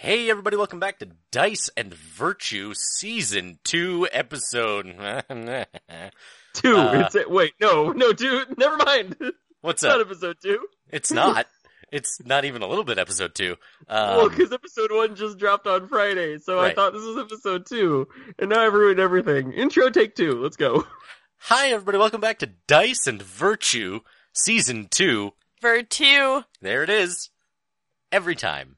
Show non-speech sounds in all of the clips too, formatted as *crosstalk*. Hey everybody, welcome back to Dice and Virtue Season 2 episode. *laughs* Two. Uh, it's it. Wait, no, no, dude. Never mind. *laughs* What's It's not up? episode two. It's not. It's not even a little bit episode 2. well, Um, because episode one just dropped on Friday, so Right. I thought this was episode two, and now I've ruined everything. Intro take two. Let's go. *laughs* hi everybody, welcome back to Dice and Virtue Season 2. Virtue. There it is. Every time.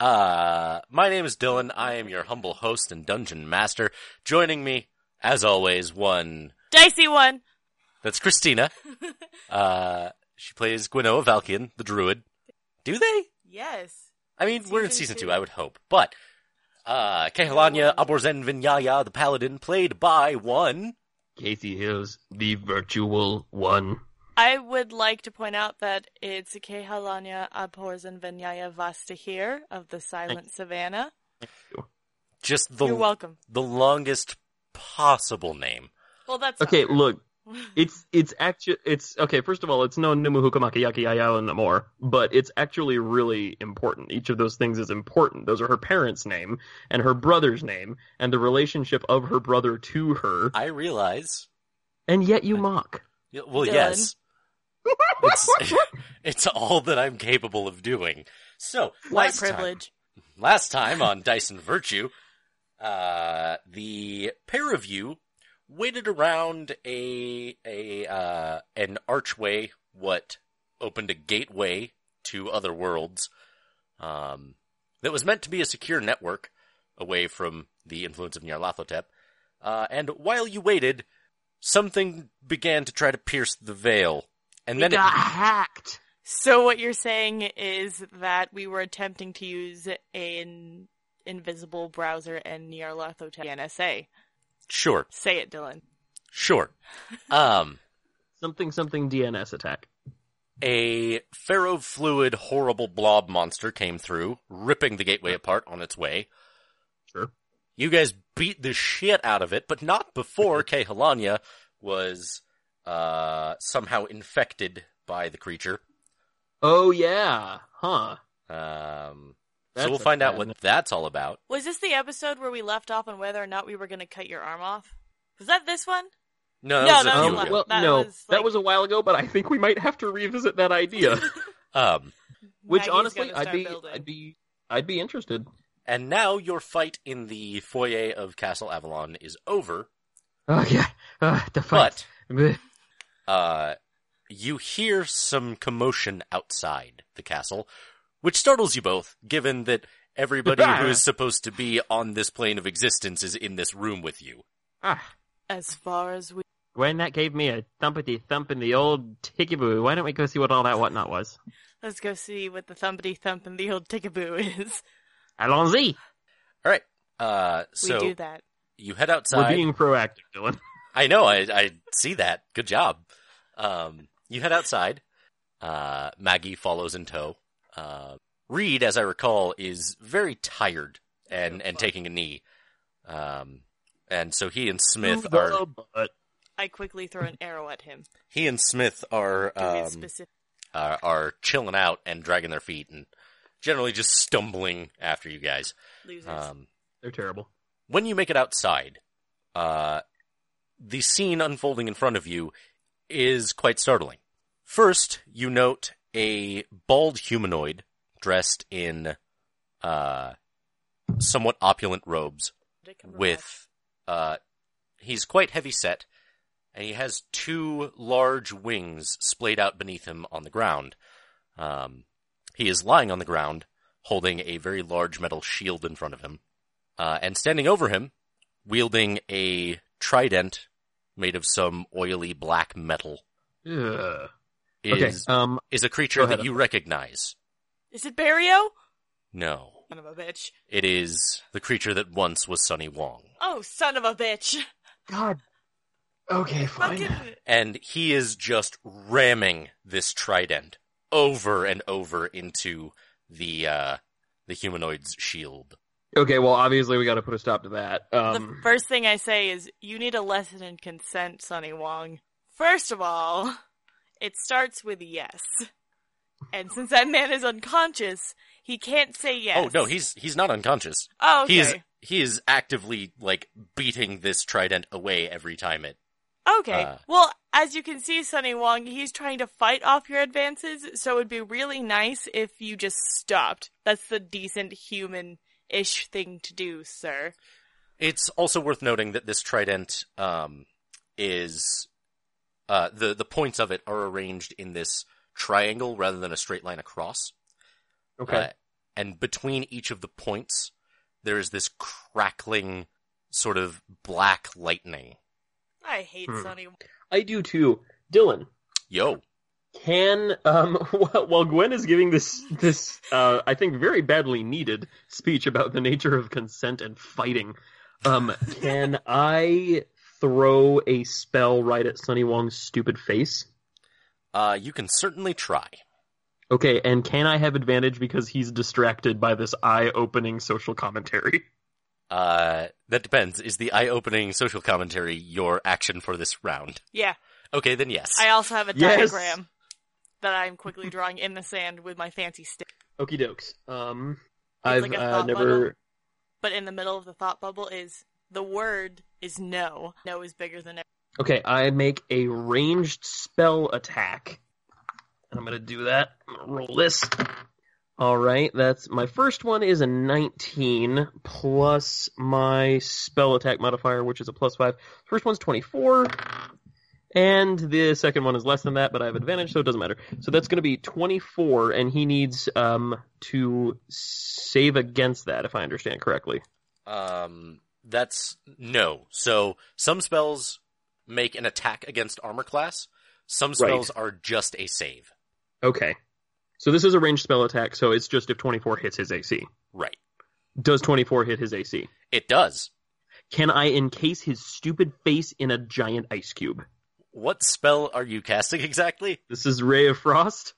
Uh, my name is Dylan. I am your humble host and dungeon master. Joining me, as always, one Dicey one. That's Christina. Uh, she plays Gwenoa Valkian, the druid. Do they? Yes. I mean, we're in season Season two. two. I would hope. But, uh, Kehlania Aborzen Vinyaya, the paladin, played by one. Casey Hughes, the virtual one. I would like to point out that it's Kehalanya Abhorzen Vinyaya Vastahir of the Silent Savannah. Just the, You're welcome. the longest possible name. Well, that's Okay, *laughs* look. It's it's actually it's okay. First of all, it's no Numuhukamakiyaki Ayala Namor, but it's actually really important. Each of those things is important. Those are her parents' name and her brother's name and the relationship of her brother to her, I realize. and yet you mock. y- Well, Dylan. *laughs* yes. It's, *laughs* it's all that I'm capable of doing. So, white last time- privilege. last time on Dyson Virtue, uh, the pair of you waited around a a uh, an archway, what opened a gateway to other worlds, um, that was meant to be a secure network away from the influence of Nyarlathotep. Uh, and while you waited, something began to try to pierce the veil, and then it, hacked. So what you're saying is that we were attempting to use an invisible browser and Nyarlathotep NSA. sure, Say it, Dylan. sure, um. Something something DNS attack. A ferrofluid horrible blob monster came through, ripping the gateway apart on its way. Sure. You guys beat the shit out of it, but not *laughs* before Kehalania was uh, somehow infected by the creature. Oh yeah. Huh. Um, so That's we'll a find out bad what name. that's all about. Was this the episode where we left off on whether or not we were going to cut your arm off? Was that this one? No, that No, was a that few was ago. last- well, that no, was, like- that was a while ago, but I think we might have to revisit that idea. Um, *laughs* Which Maggie's honestly, gonna I'd start be, building. I'd be, I'd be interested. and now your fight in the foyer of Castle Avalon is over, Oh yeah, uh, the but uh, you hear some commotion outside the castle, which startles you both, given that everybody who *laughs* is supposed to be on this plane of existence is in this room with you. ah, As far as we Gwen, that gave me a thumpity thump in the old ticky boo. Why don't we go see what all that whatnot was? Let's go see what the thumpity thump and the old tickaboo is. *laughs* Allons-y. Uh, We so do that. you head We're outside. being proactive, Dylan. I know, I, I see that. Good job. Um, you head outside. Uh, Maggie follows in tow. Uh, Reed, as I recall, is very tired and, and taking a knee. Um, and so he and *laughs* Smith are. Oh, but I quickly throw an arrow at him. he and Smith are To be um, specific. are, are chilling out and dragging their feet and generally just stumbling after you guys. Losers. Um, they're terrible. when you make it outside, uh, the scene unfolding in front of you is quite startling. First, you note a bald humanoid dressed in uh, somewhat opulent robes with uh he's quite heavy set and he has two large wings splayed out beneath him on the ground um he is lying on the ground holding a very large metal shield in front of him uh and standing over him wielding a trident made of some oily black metal Ugh. Okay. is Um. is a Go creature ahead. that you recognize Is it Barrio? no Son of a bitch. it is the creature that once was Sunny Wong Oh, son of a bitch. *laughs* God. Okay. Fucking. and he is just ramming this trident over and over into the uh the humanoid's shield. Okay, well, obviously we got to put a stop to that. Um, the first thing I say is, you need a lesson in consent, Sonny Wong. First of all, it starts with yes. And since that man is unconscious, he can't say yes. Oh no, he's he's not unconscious. Oh, okay. He is he is actively like beating this trident away every time it. okay. uh, well, as you can see, Sunny Wong, he's trying to fight off your advances, so it'd be really nice if you just stopped. That's the decent human-ish thing to do, sir. It's also worth noting that this trident um is uh the the points of it are arranged in this triangle rather than a straight line across. Okay. Uh, and between each of the points, there is this crackling sort of black lightning. I hate Hmm. Sunny. I do too. Dylan, Yo, can um *laughs* while while Gwen is giving this this uh I think very badly needed speech about the nature of consent and fighting, um *laughs* can I throw a spell right at Sunny Wong's stupid face? uh, you can certainly try. Okay, and can I have advantage because he's distracted by this eye-opening social commentary? Uh, that depends. Is the eye-opening social commentary your action for this round? Yeah, Okay, then yes. I also have a Yes. diagram that I'm quickly drawing in the sand with my fancy stick. Okie dokes. Um, I've like a uh, thought never. But in the middle of the thought bubble is the word is no. No is bigger than Okay, I make a ranged spell attack. And I'm going to do that. I'm going to roll this. All right, that's my first one is a 19 plus my spell attack modifier, which is a plus 5. First one's 24. And the second one is less than that, but I have advantage, so it doesn't matter. So that's going to be 24, and he needs um, to save against that, if I understand correctly. Um, that's no. So some spells make an attack against armor class. Some Right. spells are just a save. Okay. So this is a ranged spell attack, so it's just if 24 hits his AC. Right. Does 24 hit his AC? It does. Can I encase his stupid face in a giant ice cube? What spell are you casting *laughs* exactly? This is Ray of Frost.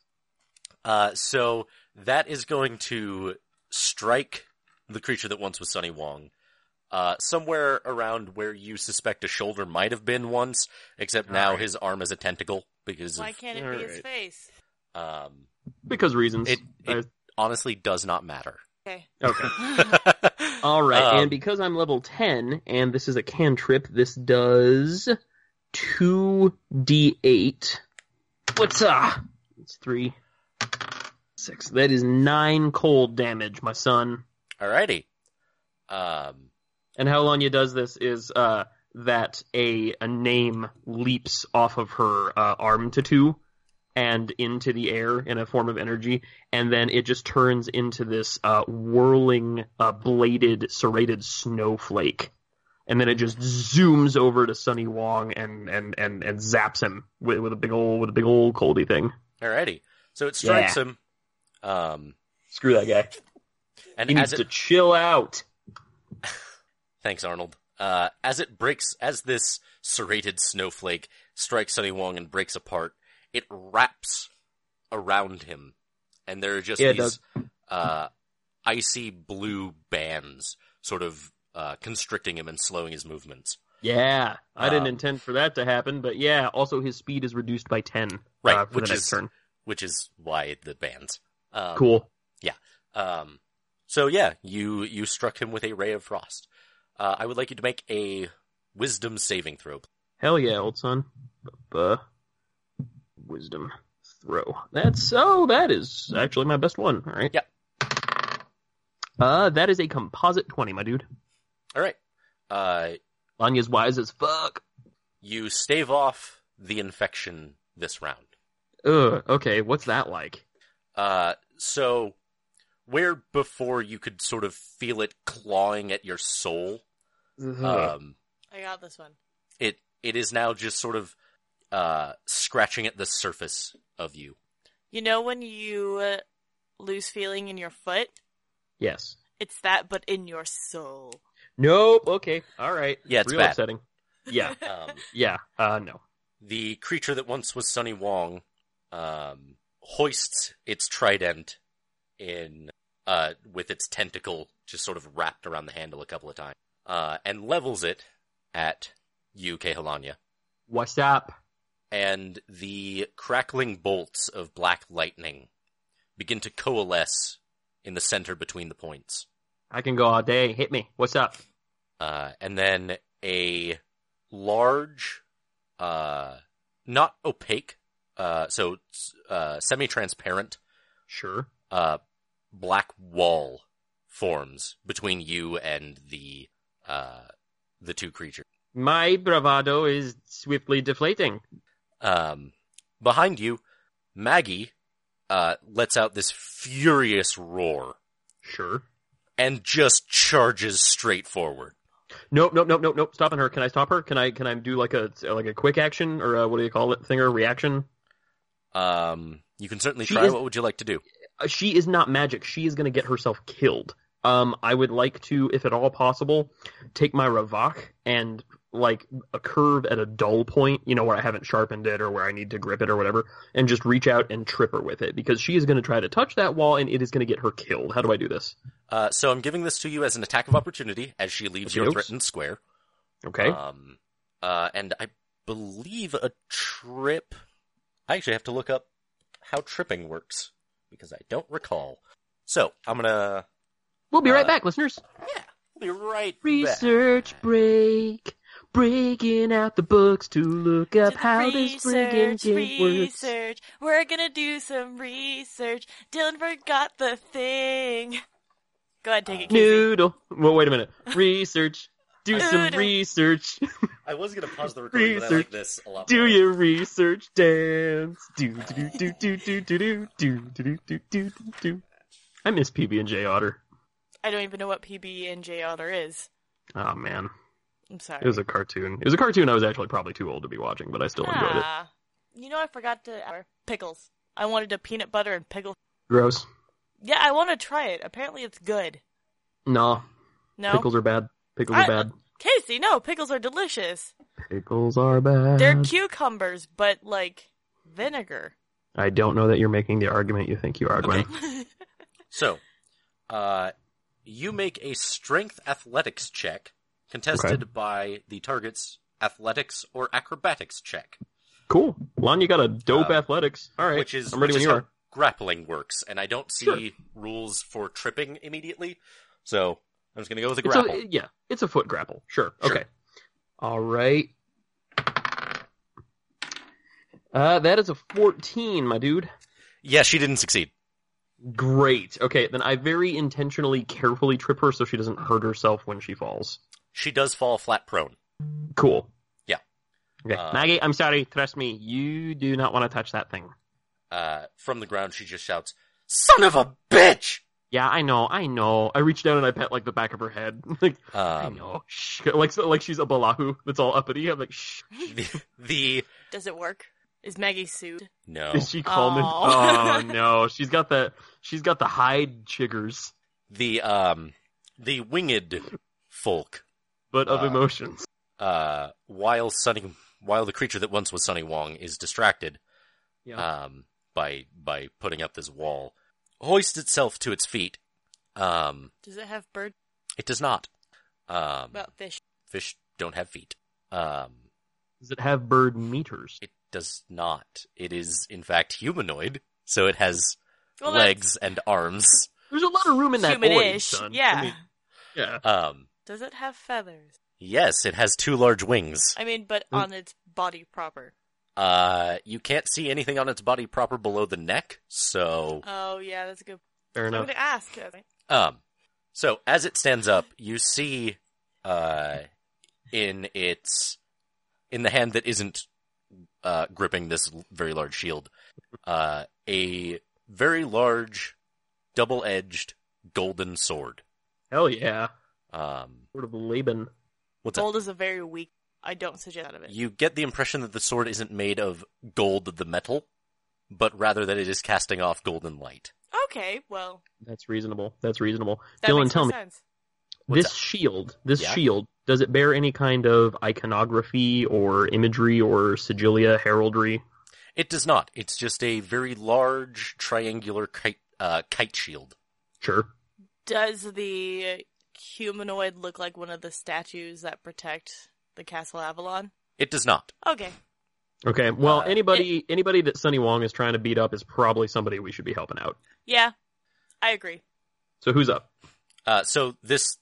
Uh, so that is going to strike the creature that once was Sunny Wong. Uh, somewhere around where you suspect a shoulder might have been once, except now Alright. his arm is a tentacle because Why of, can't it be his Alright. face? um, Because reasons. It- it- honestly does not matter. *laughs* Okay. Okay. All right. Um, and because I'm level 10 and this is a cantrip, this does 2d8. What's ah? It's 3 6. That is 9 cold damage, my son. Alrighty. Um, And how Lanya does this is uh, that a a name leaps off of her uh, arm tattoo and into the air in a form of energy, and then it just turns into this uh, whirling, uh, bladed, serrated snowflake. And then it just zooms over to Sunny Wong and and and, and zaps him with, with a big old with a big old coldy thing. alrighty. So it strikes him. Um, Screw that guy. and He needs as it, to chill out. thanks Arnold. Uh, as it breaks, as this serrated snowflake strikes Sunny Wong and breaks apart, it wraps around him, and there are just Yeah, it these uh, icy blue bands, sort of uh, constricting him and slowing his movements. Yeah, I didn't Um, intend for that to happen, but yeah. Also, his speed is reduced by ten. Right, uh, for which the next is turn. which is why the bands. Um, Cool. Um, so yeah, you you struck him with a ray of frost. Uh, I would like you to make a wisdom saving throw. Hell yeah, old son. Buh. Wisdom throw. That's oh, that is actually my best one. All right. Yeah. Uh, that is a composite twenty, my dude. All right. Uh, Lanya's wise as fuck. you stave off the infection this round. Ugh. Okay, what's that like? Uh, so where before you could sort of feel it clawing at your soul, Uh, um, I got this one. it it is now just sort of uh, scratching at the surface of you. You know when you uh, lose feeling in your foot? yes. It's that, but in your soul. Nope. Okay. All right. Yeah, it's Real bad. upsetting. *laughs* Yeah. Um, Yeah. Uh, no. the creature that once was Sunny Wong um, hoists its trident in uh, with its tentacle just sort of wrapped around the handle a couple of times uh, and levels it at you, Kehalanya. What's up? And the crackling bolts of black lightning begin to coalesce in the center between the points. I can go all day. Hit me. What's up? Uh, and then a large, uh, not opaque, uh, so uh, semi-transparent Sure. uh, black wall forms between you and the uh, the two creatures. My bravado is swiftly deflating. Um, behind you, Maggie uh, lets out this furious roar Sure. and just charges straight forward. Nope, nope, nope, nope, nope. Stopping her. Can I stop her? Can I? Can I do like a like a quick action or a, what do you call it? Thinger reaction. Um, you can certainly She try. is- What would you like to do? Uh, she is not magic. She is going to get herself killed. Um, I would like to, if at all possible, take my ravak and like a curve at a dull point, you know, where I haven't sharpened it or where I need to grip it or whatever, and just reach out and trip her with it because she is going to try to touch that wall and it is going to get her killed. How do I do this? Uh, so I'm giving this to you as an attack of opportunity as she leaves your Okey-dokes. threatened square. Okay. Um, uh, and I believe a trip. I actually have to look up how tripping works because I don't recall. So I'm gonna. we'll be uh, right back, listeners. I'll be right back. Research break. Breaking out the books to look up To the how this friggin' game works. research. We're gonna do some research. Dylan forgot the thing. Go ahead, take it, Casey. Noodle. Well, wait a *laughs* minute. Research. Do some Noodle. research. I was gonna pause the recording, but I like Research. this a lot. Do more. your research dance. Do do do do do do do do do do do do do do. I miss PB and J Otter. I don't even know what PB and J Otter is. Oh man, I'm sorry. it was a cartoon. It was a cartoon. I was actually probably too old to be watching, but I still enjoyed it. Ah. You know, I forgot to pickles. I wanted a peanut butter and pickle. Gross. Yeah, I want to try it. Apparently, it's good. No, No, pickles are bad. Pickles I- are bad. Casey, no, pickles are delicious. Pickles are bad. They're cucumbers, but like vinegar. I don't know that you're making the argument you think you are, Gwen. *laughs* So, uh, you make a strength athletics check contested by the target's athletics or acrobatics check, Cool. Lon, you got a dope Uh, athletics. All right. which is I'm ready which when is you how are. grappling works. And I don't see Sure. rules for tripping immediately, so I'm just gonna go with a It's grapple. a, yeah, it's a foot grapple. Sure. Sure. Okay. All right. Uh, that is a 14, my dude. Yeah, she didn't succeed. Great. Okay, then I very intentionally, carefully trip her so she doesn't hurt herself when she falls. She does fall flat prone. Cool. Yeah. Okay. Uh, Maggie, I'm sorry. Trust me, you do not want to touch that thing. Uh, from the ground, she just shouts, "Son of a bitch!" Yeah, I know. I know. I reach down and I pet like the back of her head. *laughs* like I Um, know. Shh. *laughs* Like so, like she's a balahu that's all uppity. I'm like shh. the, the Does it work? Is Maggie sued? no, Is she calming? Aw. Oh no, she's got the she's got the hide chiggers, the um, the winged folk but of Uh, emotions. uh, while Sunny, while the creature that once was Sunny Wong is distracted, Yeah. um, by by putting up this wall, hoists itself to its feet. Um, Does it have bird it does not. Um, about fish? fish don't have feet. Um, Does it have bird meters? it does not. It is in fact humanoid, so it has Well, that's legs and arms. There's a lot of room in that void, human-ish. son. yeah. I mean, yeah. Um, Does it have feathers? yes, it has two large wings. I mean, but Mm. on its body proper. Uh, you can't see anything on its body proper below the neck, so Oh yeah, that's a good. Fair I'm enough. gonna ask. Um, so as it stands up, you see, uh, in its, in the hand that isn't, uh, gripping this l- very large shield, uh, a very large, double-edged golden sword. Hell yeah. Um, Sort of Laban. what's that? Gold is a very weak. I don't suggest out of it. You get the impression that the sword isn't made of gold, the metal, but rather that it is casting off golden light. Okay, well, That's reasonable. That's reasonable. that Dylan, makes tell more me, sense. What's this that? shield, this Yeah? shield, does it bear any kind of iconography or imagery or sigilia, heraldry? It does not. It's just a very large triangular kite, uh, kite shield. Sure. Does the humanoid look like one of the statues that protect the castle Avalon? It does not. Okay, Okay. Well, Uh, anybody anybody that Sunny Wong is trying to beat up is probably somebody we should be helping out. Yeah, I agree. So who's up? Uh, so this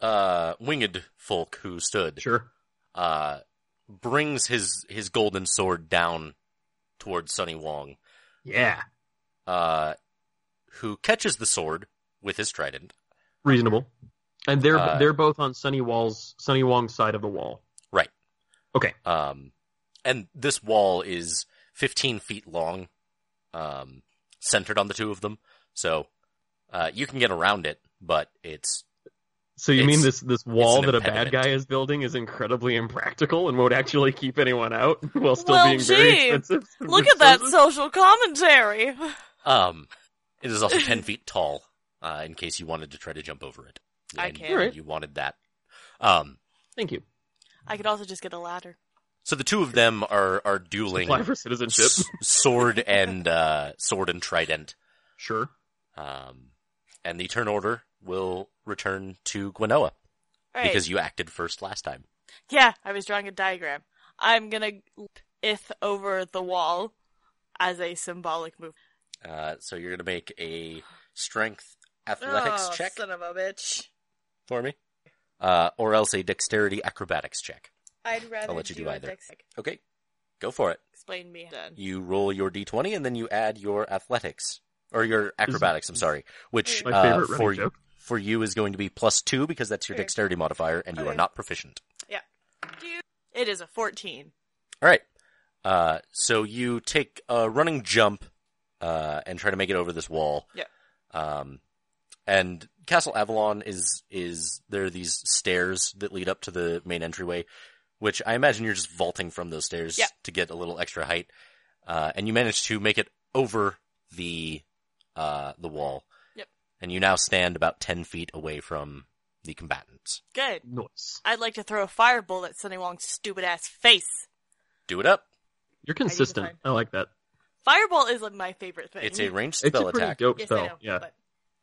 uh, winged folk who stood Sure. uh, brings his his golden sword down towards Sunny Wong, Yeah. uh, who catches the sword with his trident. Reasonable. And they're Uh, they're both on Sunny Wall's Sunny Wong's side of the wall. Right. Okay. Um, and this wall is 15 feet long, um, centered on the two of them. So uh, you can get around it, but it's So you mean It's- this this wall an that a bad impediment. guy is building is incredibly impractical and won't actually keep anyone out *laughs* while still Well, being very gee. expensive? Look at that resources? social commentary. *laughs* um, it is also 10 feet tall. Uh, in case you wanted to try to jump over it, I And can. Alright. You wanted that. Um, Thank you. I could also just get a ladder. so the two of them are are dueling Apply for citizenship. s- *laughs* sword and uh, sword and trident. sure. Um, and the turn order will return to Gwenoa All right. because you acted first last time. Yeah, I was drawing a diagram. I'm gonna leap ith over the wall as a symbolic move. Uh, so you're gonna make a strength athletics check Oh, of a bitch. for me, uh, or else a dexterity acrobatics check. I'd rather I'll let you do do a either. Dex- Okay, go for it. Explain me. Done. You roll your d20 and then you add your athletics or your acrobatics. I'm sorry, which My uh, favorite running for joke. for you is going to be plus two because that's your Okay. dexterity modifier, and you are Okay. not proficient. It is a 14. All right. Uh, so you take a running jump uh, and try to make it over this wall. Yeah. Um, and Castle Avalon is is there are these stairs that lead up to the main entryway, which I imagine you're just vaulting from those stairs Yeah. to get a little extra height. Uh, and you manage to make it over the uh, the wall. Yep. And you now stand about ten feet away from the combatants. Good. Nice. I'd like to throw a firebolt at Sunny Wong's stupid ass face. Do it up. You're need to consistent. find- I, like that. Firebolt is like, my favorite thing. It's a ranged It's spell a pretty attack. dope yes, I spell. know, Yeah. but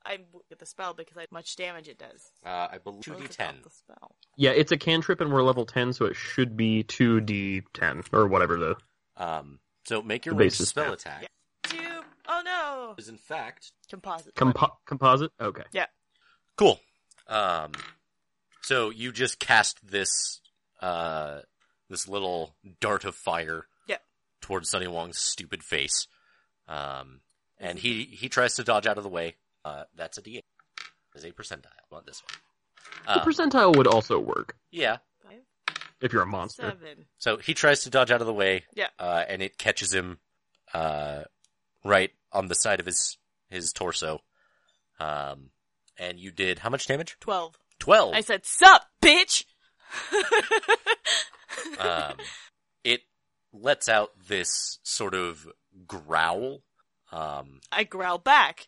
I look at the spell because I much damage it does. Uh, I believe two What d was ten. about The spell. Yeah, it's a cantrip and we're level 10, so it should be 2d10 or whatever the. Um, so make your The ranged basis, spell yeah. attack Yeah. Two. Oh no. is in fact Composite. Compo- composite? Okay. cool. Um, so you just cast this uh this little dart of fire Yeah. towards Sunny Wong's stupid face, um, and he he tries to dodge out of the way. Uh, that's a D8. Is a percentile. Not this one. The Um, percentile would also work yeah. Five, if you're a monster. Seven. So he tries to dodge out of the way. Yeah. Uh, and it catches him, uh, right on the side of his his torso. Um, and you did how much damage? Twelve. Twelve. I said, sup, *laughs* bitch! *laughs* Uh. um, it lets out this sort of growl. Um, I growl back.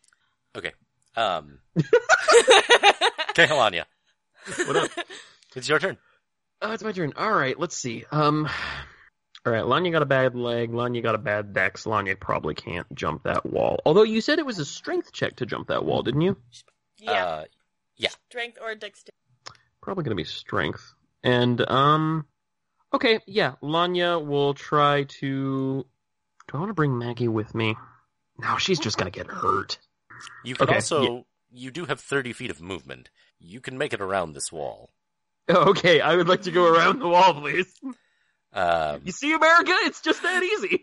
um, okay, Helania, What up? it's your turn. Oh, it's my turn. All right, let's see. Um, *sighs* all right, Lanya got a bad leg. Lanya got a bad dex. Lanya probably can't jump that wall. Although you said it was a strength check to jump that wall, didn't you? *laughs* yeah, Uh, strength or dexterity. Probably going to be strength. And um, okay, yeah, Lanya will try to. Do I want to bring Maggie with me? No, she's just going to get hurt. you can okay, also you do have thirty feet of movement. You can make it around this wall. *laughs* Okay, I would like to go around the wall, please. Um, You see, America, it's just that easy.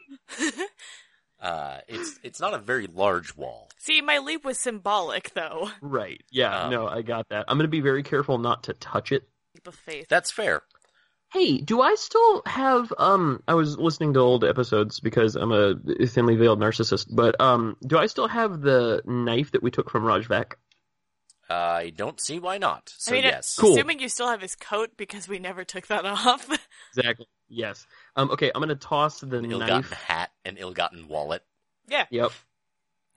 uh, it's it's not a very large wall. *laughs* See, my leap was symbolic, though. Right. Yeah. Um, no, I got that. I'm going to be very careful not to touch it. Leap of faith. That's fair. Hey, do I still have um I was listening to old episodes because I'm a thinly veiled narcissist, but um do I still have the knife that we took from Rajvak? I don't see why not. So I mean, yes, cool. assuming you still have his coat because we never took that off. *laughs* Exactly. Yes. Um okay, I'm going to toss the an knife. ill-gotten hat, an ill-gotten *laughs* wallet. Yep.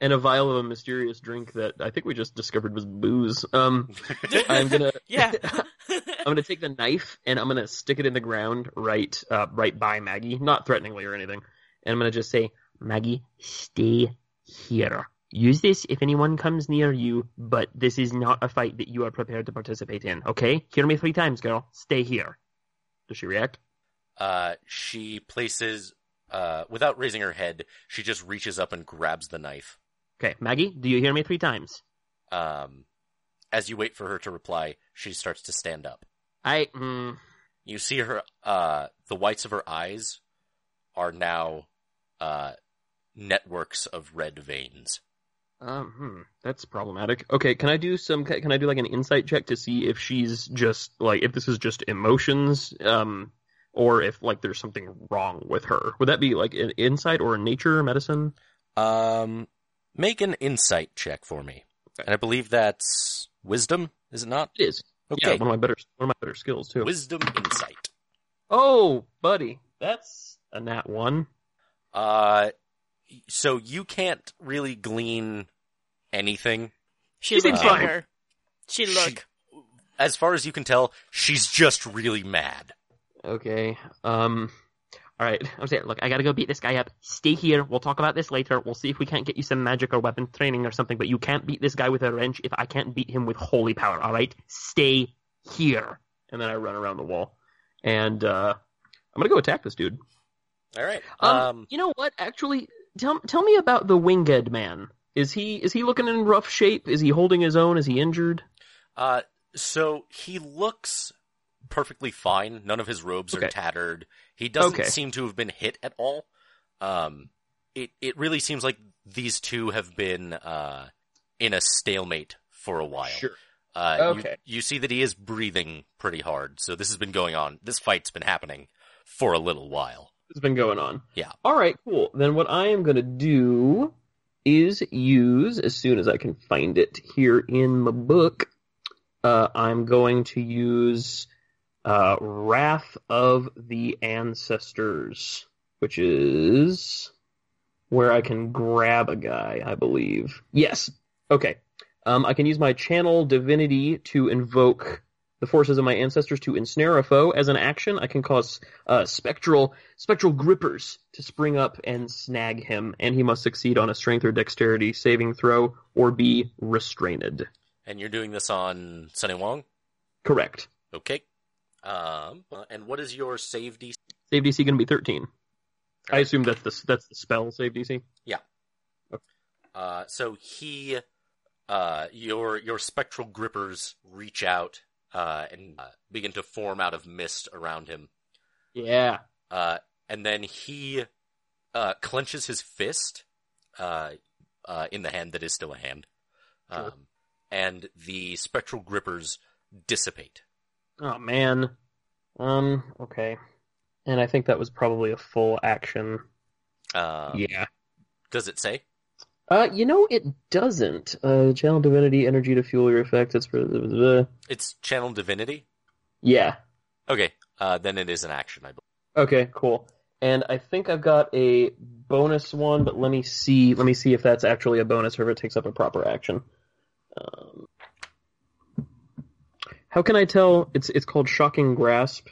And a vial of a mysterious drink that I think we just discovered was booze. Um I'm going to *laughs* yeah. *laughs* I'm gonna take the knife and I'm gonna stick it in the ground right uh, right by Maggie, not threateningly or anything. And I'm gonna just say, Maggie, stay here. Use this if anyone comes near you, but this is not a fight that you are prepared to participate in, okay? Hear me three times, girl. Stay here. Does she react? Uh, she places uh, without raising her head, she just reaches up and grabs the knife. Okay, Maggie, do you hear me three times? Um, as you wait for her to reply, she starts to stand up. I. Mm, You see her, uh, the whites of her eyes are now, uh, networks of red veins. um, hmm, that's problematic. Okay, can I do some? Can I do like an insight check to see if she's just like if this is just emotions, um, or if like there's something wrong with her? Would that be like an insight or a nature medicine? Um, make an insight check for me. Okay. And I believe that's wisdom, is it not? It is. Yeah, Okay. one of my better one of my better skills too. wisdom insight. oh, buddy, that's a nat one. Uh, so you can't really glean anything. She She's looked at fine. her. She She- looked. As far as you can tell, she's just really mad. Okay. Um. All right. I'm saying, look, I gotta go beat this guy up. Stay here. We'll talk about this later. We'll see if we can't get you some magic or weapon training or something. But you can't beat this guy with a wrench if I can't beat him with holy power. All right. Stay here. And then I run around the wall, and uh, I'm gonna go attack this dude. All right. Um, Um, you know what? Actually, tell tell me about the winged man. Is he is he looking in rough shape? Is he holding his own? Is he injured? uh, so he looks perfectly fine. None of his robes are Okay. tattered. He doesn't Okay. seem to have been hit at all. Um, it it really seems like these two have been uh in a stalemate for a while. Uh, you- Okay. you see that he is breathing pretty hard. So this has been going on. This fight's been happening for a little while. has been going on. Yeah. All right, cool. Then what I am going to do is use, as soon as I can find it here in my book, uh, I'm going to use uh, Wrath of the Ancestors, which is where I can grab a guy, I believe. Yes. Okay. Um, I can use my channel divinity to invoke the forces of my ancestors to ensnare a foe. As an action, I can cause uh, spectral spectral grippers to spring up and snag him, and he must succeed on a strength or dexterity saving throw or be restrained. And you're doing this on Sunny Wong? Correct. Okay. Um, uh, and what is your save DC? Save DC going to be thirteen. I assume that's the that's the spell save DC. Uh, so he, uh, your, your spectral grippers reach out, uh, and uh, begin to form out of mist around him. Yeah. Uh, and then he, uh, clenches his fist, uh, uh, in the hand that is still a hand. Sure. Um, and the spectral grippers dissipate. Oh man. Um. Okay. And I think that was probably a full action. Um, yeah. Does it say? Uh, you know, it doesn't. Uh, channel divinity energy to fuel your effect. That's for the. It's channel divinity. Yeah. Okay. Uh, then it is an action, I believe. Okay, cool. And I think I've got a bonus one, but let me see. Let me see if that's actually a bonus or if it takes up a proper action. Um, how can I tell? It's it's called shocking grasp,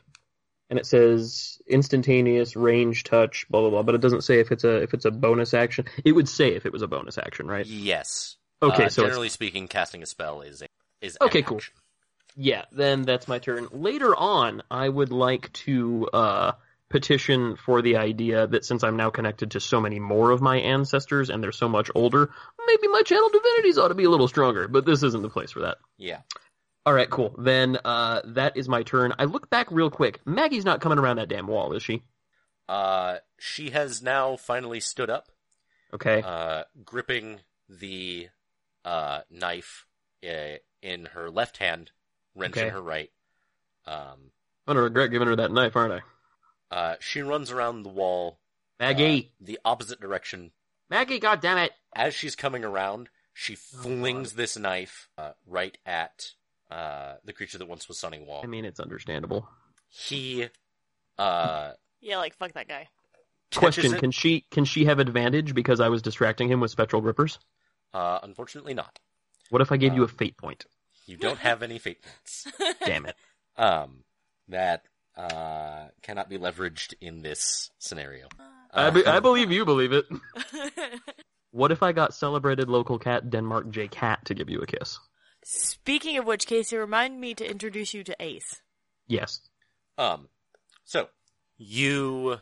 and it says instantaneous range touch, blah blah blah. But it doesn't say if it's a if it's a bonus action. It would say if it was a bonus action, Uh, right? Yes. Okay, Uh, so it's, generally speaking, casting a spell is a, is Okay, an cool. action. yeah, then that's my turn. Later on, I would like to uh, petition for the idea that since I'm now connected to so many more of my ancestors and they're so much older, maybe my channel divinities ought to be a little stronger. But this isn't the place for that. Yeah. All right, cool. Then uh, that is my turn. I look back real quick. Maggie's not coming around that damn wall, is she? Uh, she has now finally stood up, Okay. uh, gripping the uh, knife uh, in her left hand, wrench Okay. in her right. Um, I'm gonna regret giving her that knife, aren't I? uh, she runs around the wall, uh, Maggie, the opposite direction. Maggie, God damn it! As she's coming around, she Oh, flings this knife uh, right at uh, the creature that once was Sunny Wall. I mean, it's understandable. he uh, Yeah, like fuck that guy. *laughs* catches Question: it. Can she can she have advantage because I was distracting him with spectral grippers? Uh, unfortunately, not. What if I gave you a fate point? You *laughs* don't have any fate points. Damn it. Um, that uh, cannot be leveraged in this scenario. *laughs* Uh, I, Uh, be- I believe you believe it. Damn. What if I got celebrated local cat Denmark J Cat to give you a kiss? Speaking of which, Casey, remind me to introduce you to Ace. Yes. Um, so um, you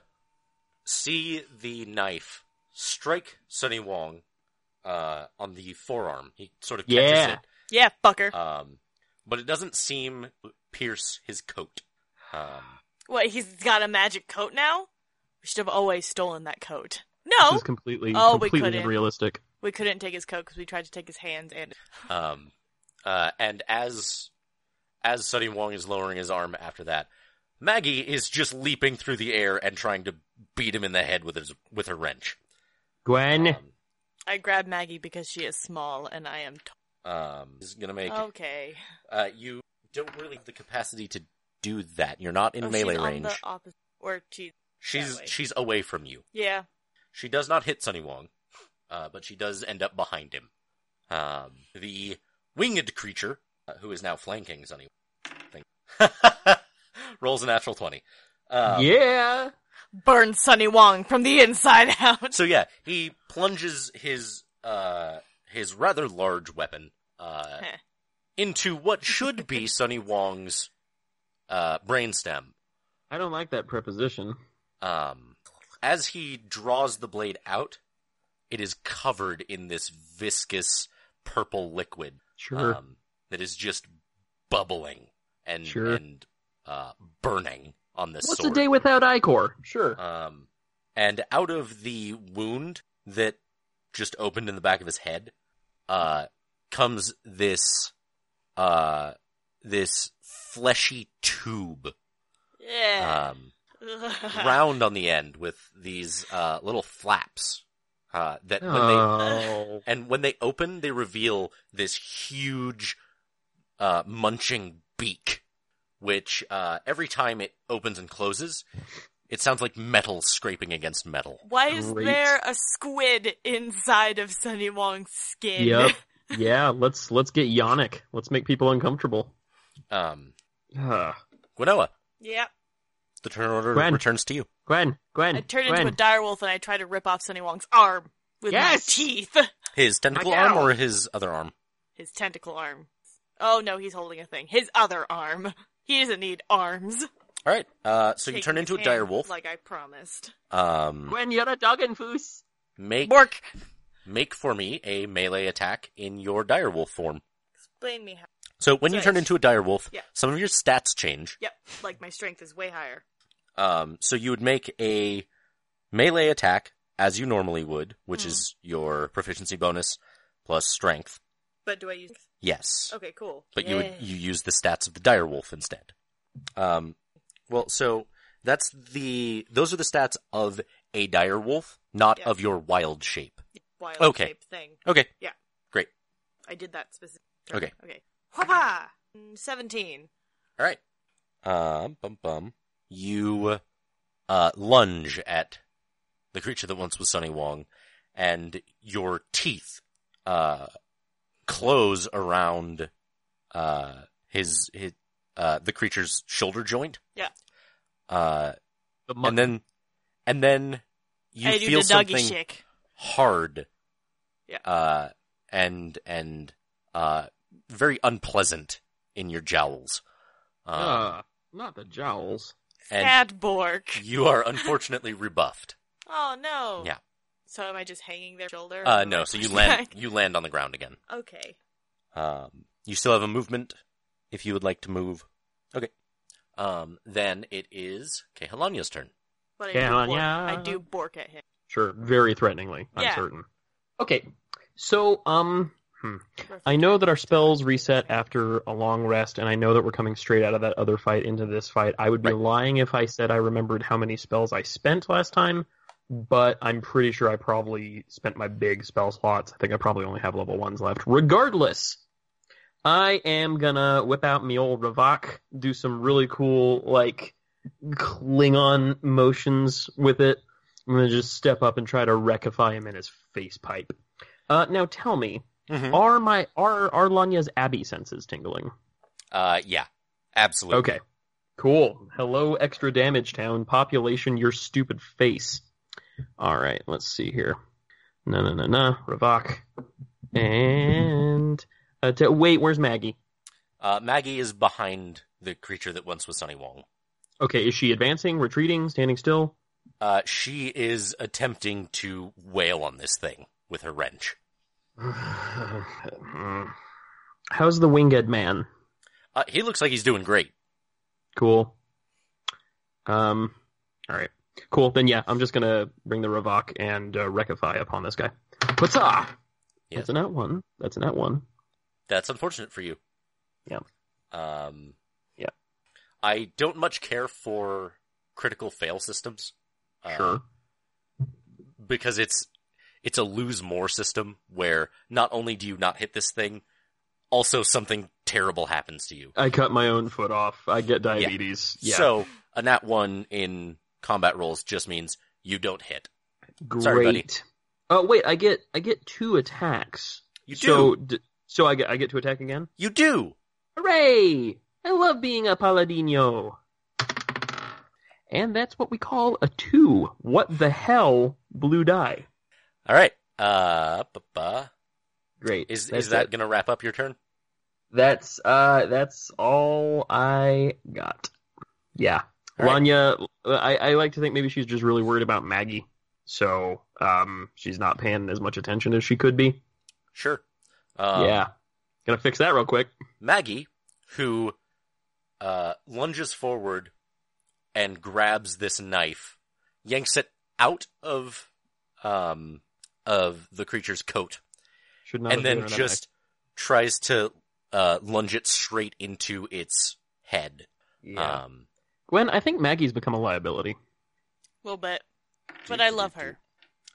see the knife strike Sunny Wong uh, on the forearm. He sort of catches Yeah. Yeah, fucker. it, um, but it doesn't seem pierce his coat. Um, What, he's got a magic coat now? We should have always stolen that coat. This No, is completely Oh, we completely couldn't. unrealistic. we couldn't take his coat because we tried to take his hands and. um, uh, and as as Sunny Wong is lowering his arm after that, Maggie is just leaping through the air and trying to beat him in the head with his with her wrench. Gwen, Um, I grabbed Maggie because she is small and I am. T- um, is gonna make okay. uh, you don't really have the capacity to do that. You're not in Oh, she's melee on range. the opposite- or she. She's way. she's away from you. Yeah. She does not hit Sunny Wong, uh, but she does end up behind him. Um, the winged creature, uh, who is now flanking Sunny, Wong, *laughs* think- rolls a natural twenty. Um, yeah, Burn Sunny Wong from the inside *laughs* out. So yeah, he plunges his uh, his rather large weapon uh, Heh. into what should be Sunny Wong's uh, brainstem. I don't like that preposition. Um, as he draws the blade out, it is covered in this viscous purple liquid Sure, um, that is just bubbling and Sure. and uh, burning on this what's sword. a day without Icor? Uh, Sure, Um, and out of the wound that just opened in the back of his head, uh, comes this, uh, this fleshy tube, *laughs* Yeah. um, round on the end with these uh, little flaps uh, that *laughs* when they oh, and when they open, they reveal this huge, uh, munching beak, which, uh, every time it opens and closes, it sounds like metal scraping against metal. Why is Great. there a squid inside of Sunny Wong's skin? *laughs* yep, yeah. Let's let's get Yannick. Let's make people uncomfortable. Um, Ugh. Gwenoa, Yep. the turn order Gwen. returns to you. Gwen, Gwen, I turned Gwen. into a direwolf and I tried to rip off Sunny Wong's arm with Yes! my teeth. His tentacle Ow. arm or his other arm? His tentacle arm. Oh no, he's holding a thing. His other arm. He doesn't need arms. All right. Uh, so you Take turn his into a hand, dire wolf. like I promised. Um, Gwen, you're a dog and foos. make Bork, make for me a melee attack in your dire wolf form. explain me how. So when you Nice. turn into a dire wolf, Yeah. some of your stats change. Yep, like my strength is way higher. Um, so you would make a melee attack as you normally would, which Hmm. is your proficiency bonus plus strength. But do I use? Yes, Okay, cool. but you would Yeah. you use the stats of the direwolf instead. Um, well, so that's the those are the stats of a direwolf, not Yeah. of your wild shape. wild Okay. shape thing. Okay, I did that specific. Okay. Okay. Hoppa! Seventeen. all right. Um, bum bum. You uh lunge at the creature that once was Sunny Wong, and your teeth uh, close around uh, his his uh, the creature's shoulder joint. Yeah. Uh, The and then and then you I feel do the doggy something shake. hard. Yeah. Uh, and and uh, very unpleasant in your jowls. Uh, uh, not the jowls. and Sad Bork. you are unfortunately rebuffed. Oh no. Yeah. So am I just hanging their shoulder? Uh, no, so you land you land on the ground again. okay. Um, you still have a movement if you would like to move. Okay. Um, then it is Kehalania's turn. But I Yeah, do, well, bork. yeah. I do bork at him. Sure, very threateningly. I'm Yeah. certain. Okay, so um, I know that our spells reset after a long rest, and I know that we're coming straight out of that other fight into this fight. I would be Right. lying if I said I remembered how many spells I spent last time, but I'm pretty sure I probably spent my big spell slots. I think I probably only have level ones left. Regardless, I am gonna whip out me old Ravok, do some really cool, like, Klingon motions with it. I'm gonna just step up and try to wreckify him in his face pipe. Uh, now tell me, are my are are Lanya's Abbey senses tingling? Uh, yeah, absolutely. Okay. Cool. Hello, extra damage town. Population, your stupid face. Alright, let's see here. No no no no. Ravok. And uh, t- wait, where's Maggie? Uh, Maggie is behind the creature that once was Sunny Wong. *sighs* Okay, is she advancing, retreating, standing still? Uh, she is attempting to wail on this thing with her wrench. How's the winged man? Uh, he looks like he's doing great. Cool. Um. All right. Cool. Then yeah, I'm just gonna bring the Ravok and uh, Rectify upon this guy. What's up? Yeah. That's an at one. That's an at one. That's unfortunate for you. Yeah. Um, Yeah. I don't much care for critical fail systems. uh, Sure. because it's it's a lose more system where not only do you not hit this thing, also something terrible happens to you. I cut my own foot off. I get diabetes. Yeah. So a nat one in combat rolls just means you don't hit. Great. sorry, buddy. Oh wait, I get I get two attacks. You do. So d- so I get I get to attack again. you do. Hooray! I love being a paladino. And that's what we call a two. What the hell, blue die? All right. Uh, ba-ba. Great. is That's is that it. gonna wrap up your turn? That's uh, that's all I got. Yeah, All right. Lanya. I, I like to think maybe she's just really worried about Maggie, so um, she's not paying as much attention as she could be. Sure. Um, yeah, gonna fix that real quick. Maggie, who uh, lunges forward and grabs this knife, yanks it out of um, of the creature's coat, Should not. have and then given her that just tries to uh, lunge it straight into its head. knife. Yeah. Um, Gwen, I think Maggie's become a liability. A little bit. But I love her.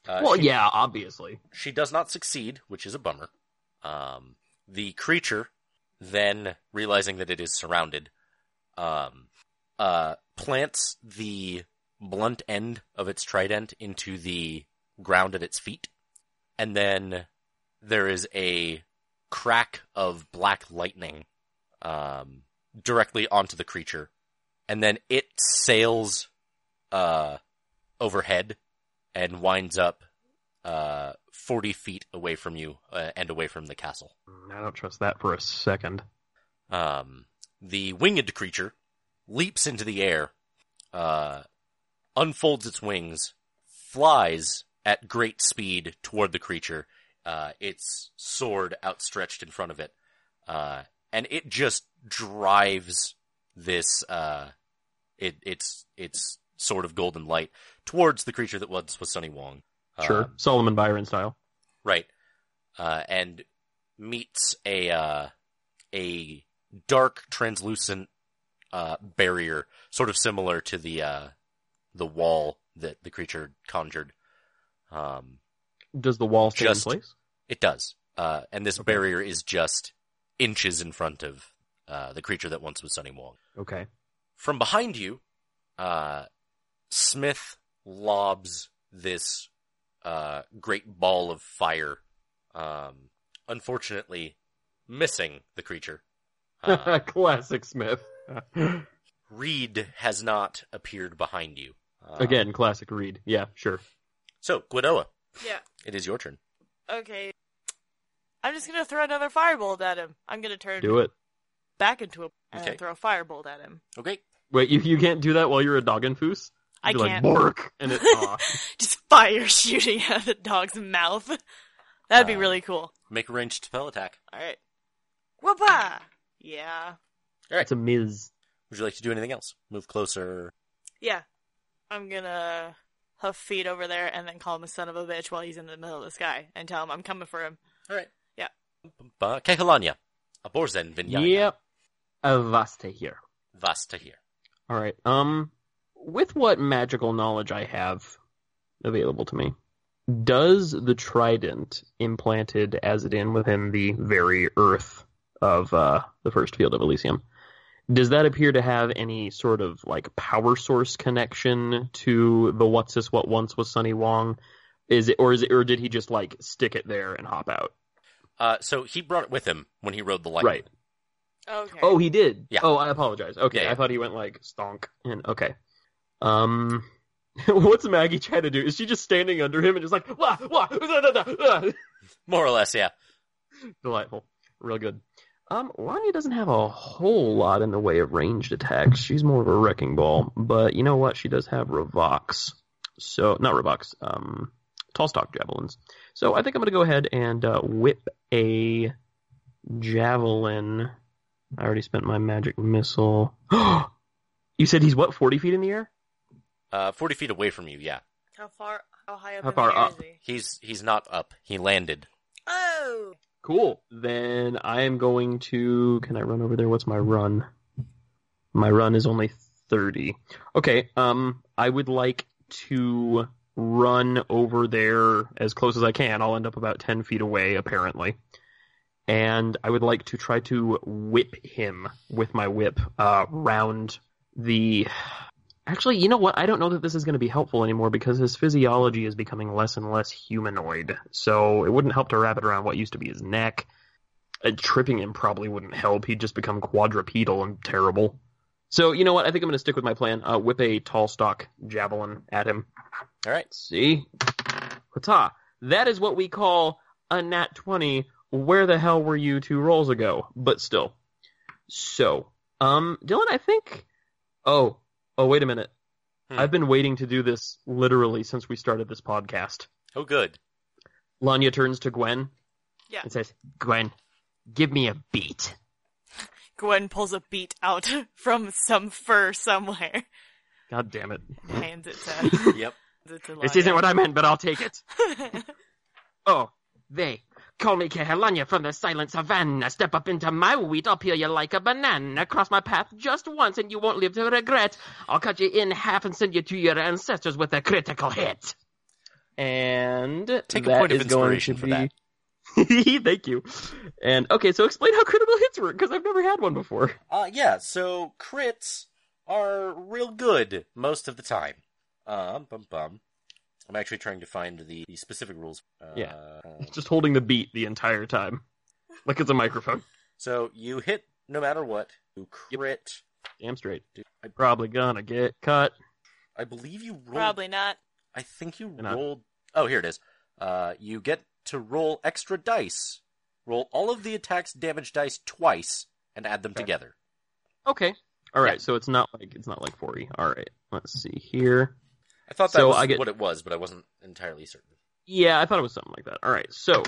uh, well, she, yeah, obviously. she does not succeed, which is a bummer. Um, the creature, then realizing that it is surrounded, um, uh, plants the blunt end of its trident into the ground at its feet, and then there is a crack of black lightning um, directly onto the creature, and then it sails uh, overhead and winds up uh, 40 feet away from you uh, and away from the castle. Mm, I don't trust that for a second. Um, the winged creature leaps into the air, uh, unfolds its wings, flies at great speed toward the creature, uh, its sword outstretched in front of it, uh, and it just drives this, uh, it, it's, it's sword of golden light towards the creature that once was Sunny Wong. Sure, Um, Solomon Byron style. Right. Uh, and meets a uh, a dark translucent uh, barrier, sort of similar to the uh, the wall that the creature conjured. Um, Does the wall stay Just- in place? it does, uh, and this barrier is just inches in front of uh, the creature that once was Sunny Wong. Okay. From behind you, uh, Smith lobs this uh, great ball of fire, um, unfortunately missing the *laughs* creature. Uh, *laughs* Classic Smith. Reed has not appeared behind you. Uh, Again, classic Reed. Yeah, sure. So, Guidoa, Yeah. it is your turn. Okay. I'm just gonna throw another firebolt at him. I'm gonna turn Do it. back into a and Okay. throw a firebolt at him. Okay. Wait, you, you can't do that while you're a dog and foos? I You're can't. *laughs* Like, Bork! And it, *laughs* aw. just fire *laughs* shooting out of the dog's mouth. *laughs* That'd be Uh, really cool. Make a ranged spell attack. Alright. Whoopah! Yeah. it's a Miz. Would you like to do anything else? Move closer. Yeah. I'm gonna huff feet over there and then call him a son of a bitch while he's in the middle of the sky and tell him I'm coming for him. All right. Yeah. Uh, Kehalanya. Aborzen Vinyana. Yep. Avasta here. Vasta here. All right. Um, with what magical knowledge I have available to me, does the trident implanted as it in within the very earth of uh, the first field of Elysium, does that appear to have any sort of like power source connection to the what's this what once was Sunny Wong? Is it or is it or did he just like stick it there and hop out? Uh, so he brought it with him when he rode the lightning. Right. Okay. Oh, he did. Yeah. Oh, I apologize. Okay, Yeah, yeah. I thought he went like stonk. And okay, um, *laughs* what's Maggie trying to do? Is she just standing under him and just like wah wah? Da, da, da, da? More or less, yeah. Delightful, real good. Um, Lanya doesn't have a whole lot in the way of ranged attacks. She's more of a wrecking ball, but you know what? She does have Revox. So not Robox, um, tall stock javelins. So I think I'm going to go ahead and uh, whip a javelin. I already spent my magic missile. *gasps* you said he's what, 40 feet in the air? Uh, 40 feet away from you, yeah. How far? How high up? How in far the air up? is he? He's he's not up. He landed. Oh, Cool. Then I am going to. Can I run over there? What's my run? My run is only thirty. Okay. Um, I would like to run over there as close as I can. I'll end up about ten feet away, apparently. And I would like to try to whip him with my whip uh, round the. Actually, you know what? I don't know that this is going to be helpful anymore because his physiology is becoming less and less humanoid. So it wouldn't help to wrap it around what used to be his neck. And tripping him probably wouldn't help. He'd just become quadrupedal and terrible. So you know what? I think I'm going to stick with my plan. Uh, whip a tall stock javelin at him. All right. See, ta That is what we call a nat twenty. Where the hell were you two rolls ago? But still. So, um, Dylan, I think. Oh, oh, wait a minute. Hmm. I've been waiting to do this literally since we started this podcast. Oh, good. Lanya turns to Gwen Yeah. and says, "Gwen, give me a beat." Gwen pulls a beat out *laughs* from some fur somewhere. God damn it! and Hands it *laughs* to. Yep. it to This Lanya. isn't what I meant, but I'll take it. *laughs* Oh, they. Call me Kehelanya from the silent savannah. Step up into my wheat, I'll peel you like a banana. Cross my path just once and you won't live to regret. I'll cut you in half and send you to your ancestors with a critical hit. And Take a that point of is going to inspiration for be- *laughs* Thank you. And okay, so explain how critical hits work, because I've never had one before. Uh, yeah, so crits are real good most of the time. Um, bum bum. I'm actually trying to find the, the specific rules. Uh, Yeah. *laughs* Just holding the beat the entire time. Like it's a microphone. So you hit no matter what. You crit. Damn straight. Dude, I- I'm probably gonna get cut. I believe you rolled. Probably not. I think you You're not. rolled. Oh, here it is. Uh, you get to roll extra dice. Roll all of the attacks damage dice twice and add them Okay. together. Okay. All right. So it's not like it's not like 40. All right. Let's see here. I thought that So was I get- what it was, but I wasn't entirely certain. Yeah, I thought it was something like that. All right. So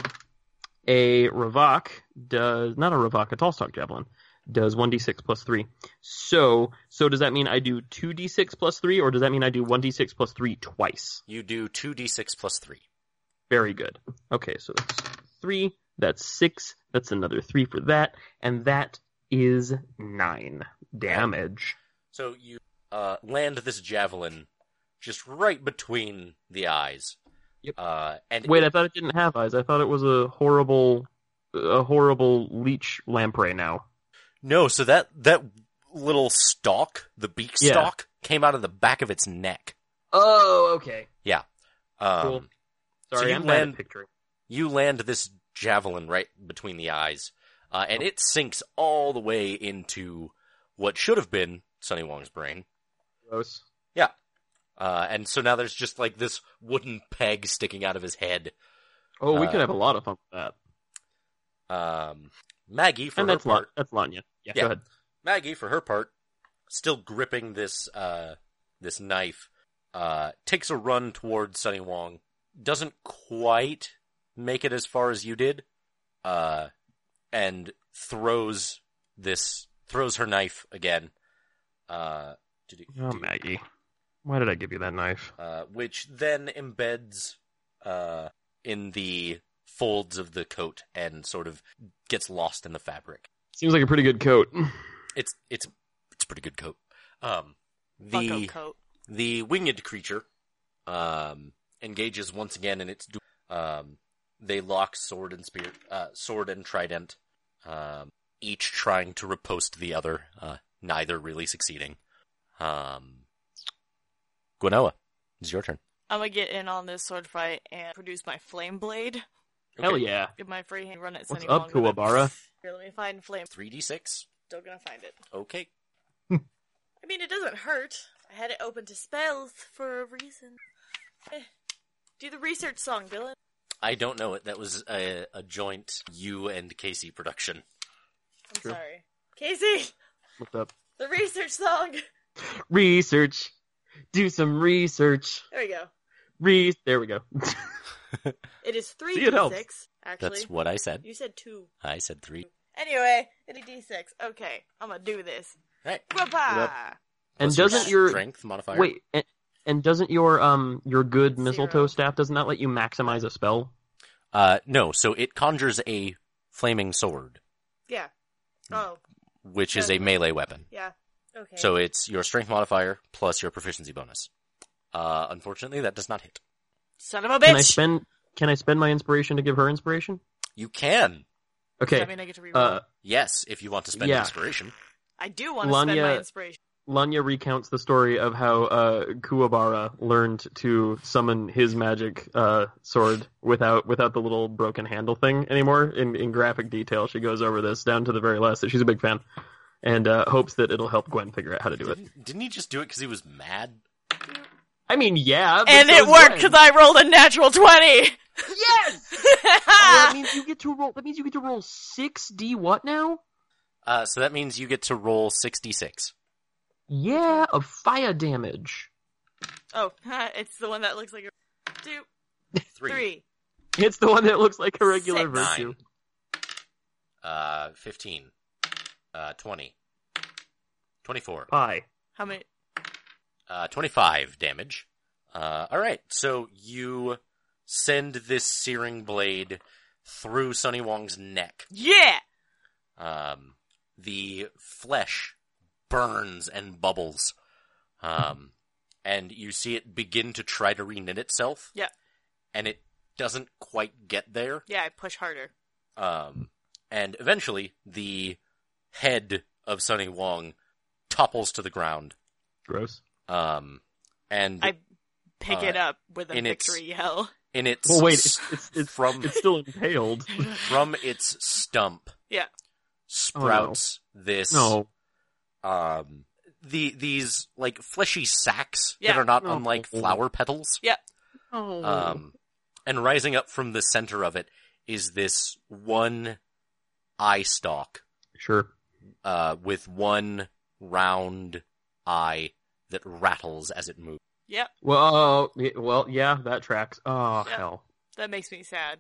a Ravok does not a Ravok, a tall stock javelin does 1d6 plus 3. So so does that mean I do 2d6 plus 3 or does that mean I do 1d6 plus 3 twice? You do two d6 plus three. Very good. Okay, so that's 3, that's 6, that's another 3 for that and that is 9 damage. So you uh, land this javelin just right between the eyes. Yep. Uh, and Wait, it- I thought it didn't have eyes. I thought it was a horrible, a horrible leech lamprey. Now, no. So that that little stalk, the beak Yeah. stalk, came out of the back of its neck. oh, okay. Um, Cool. Sorry, you I'm bad land- at picturing. you land this javelin right between the eyes, uh, and it sinks all the way into what should have been Sunny Wong's brain. Gross. Uh, and so now there's just like this wooden peg sticking out of his head. Oh, we Uh, could have a lot of fun with that. Um, Maggie, for And her that's part, Lon- that's Lanya. Yeah. Yeah, go ahead. Maggie, for her part, still gripping this uh, this knife, uh, takes a run toward Sunny Wong. Doesn't quite make it as far as you did, uh, and throws this throws her knife again, uh, to do- Oh, do- Maggie, why did I give you that knife? uh, which then embeds uh, in the folds of the coat and sort of gets lost in the fabric. Seems like a pretty good coat. It's it's it's a pretty good coat. Um, the Bucko coat. The winged creature um, engages once again in its duel. Um, they lock sword and spear, uh, sword and trident, um, each trying to repost the other, uh, neither really succeeding. Um, Gwenoa, it's your turn. I'm gonna get in on this sword fight and produce my flame blade. Hell Okay. yeah! Get my free hand run at What's Sunny up, Wong with it. Kuwabara? Here, let me find flame. 3d6. Still gonna find it. Okay. I mean, it doesn't hurt. I had it open to spells for a reason. Eh. Do the research song, Dylan. I don't know it. That was a, a joint you and Casey production. I'm Sure. sorry, Casey. *laughs* What's up? The research song. Research. Do some research. There we go. Reese. There we go. It is three See, it helps. d6. Actually, That's what I said. you said two. I said three. Anyway, it is d6. Okay, I'm gonna do this. Right. Whoopah! and Plus your doesn't your strength modifier? wait and, and doesn't your um your good mistletoe Zero. staff doesn't that let you maximize a spell? Uh, no. So it conjures a flaming sword, Yeah. Oh, which is a melee weapon. yeah. Okay. So it's your strength modifier plus your proficiency bonus. Uh, unfortunately, that does not hit. son of a Can I bitch. spend can I spend my inspiration to give her inspiration? You can, Does Okay. that mean I get to reroll? Uh, yes, if you want to spend Yeah. inspiration. I do want to spend my Lanya- inspiration. Lanya recounts the story of how uh, Kuwabara learned to summon his magic uh, sword without without the little broken handle thing anymore. In, in graphic detail, she goes over this down to the very last. That she's a big fan, and uh, hopes that it'll help Gwen figure out how to do it. Didn't, didn't he just do it because he was mad? I mean, yeah, but And so it is worked Gwen. because I rolled a natural 20! *laughs* yes. Oh, that I means you get to roll. That means you get to roll six d what now? Uh, so that means you get to roll sixty-six. *laughs* Yeah, of fire damage. oh, it's the one that looks like a. Two, Three. three. It's the one that looks like a regular Six. virtue. Nine. Uh, fifteen. Uh, twenty. Twenty-four. Pi. How many? uh, 25 damage. Uh, alright, so you send this searing blade through Sunny Wong's neck. Yeah! Um, the flesh burns and bubbles. Um, and you see it begin to try to reknit itself. Yeah. And it doesn't quite get there. Yeah, I push harder. Um, and eventually the head of Sunny Wong topples to the ground. Gross. Um, and I pick Uh, it up with a in its- victory yell. *laughs* in its Well, wait, s- *laughs* it's, it's, it's from It's still impaled. from its stump. Yeah. Sprouts this No. um the these like fleshy sacks Yeah. that are not No. unlike flower petals. Oh. Um and rising up from the center of it is this one eye stalk sure. uh with one round eye that rattles as it moves. Yep, Well, uh, well, yeah, that tracks. Oh Yeah. hell. that makes me sad.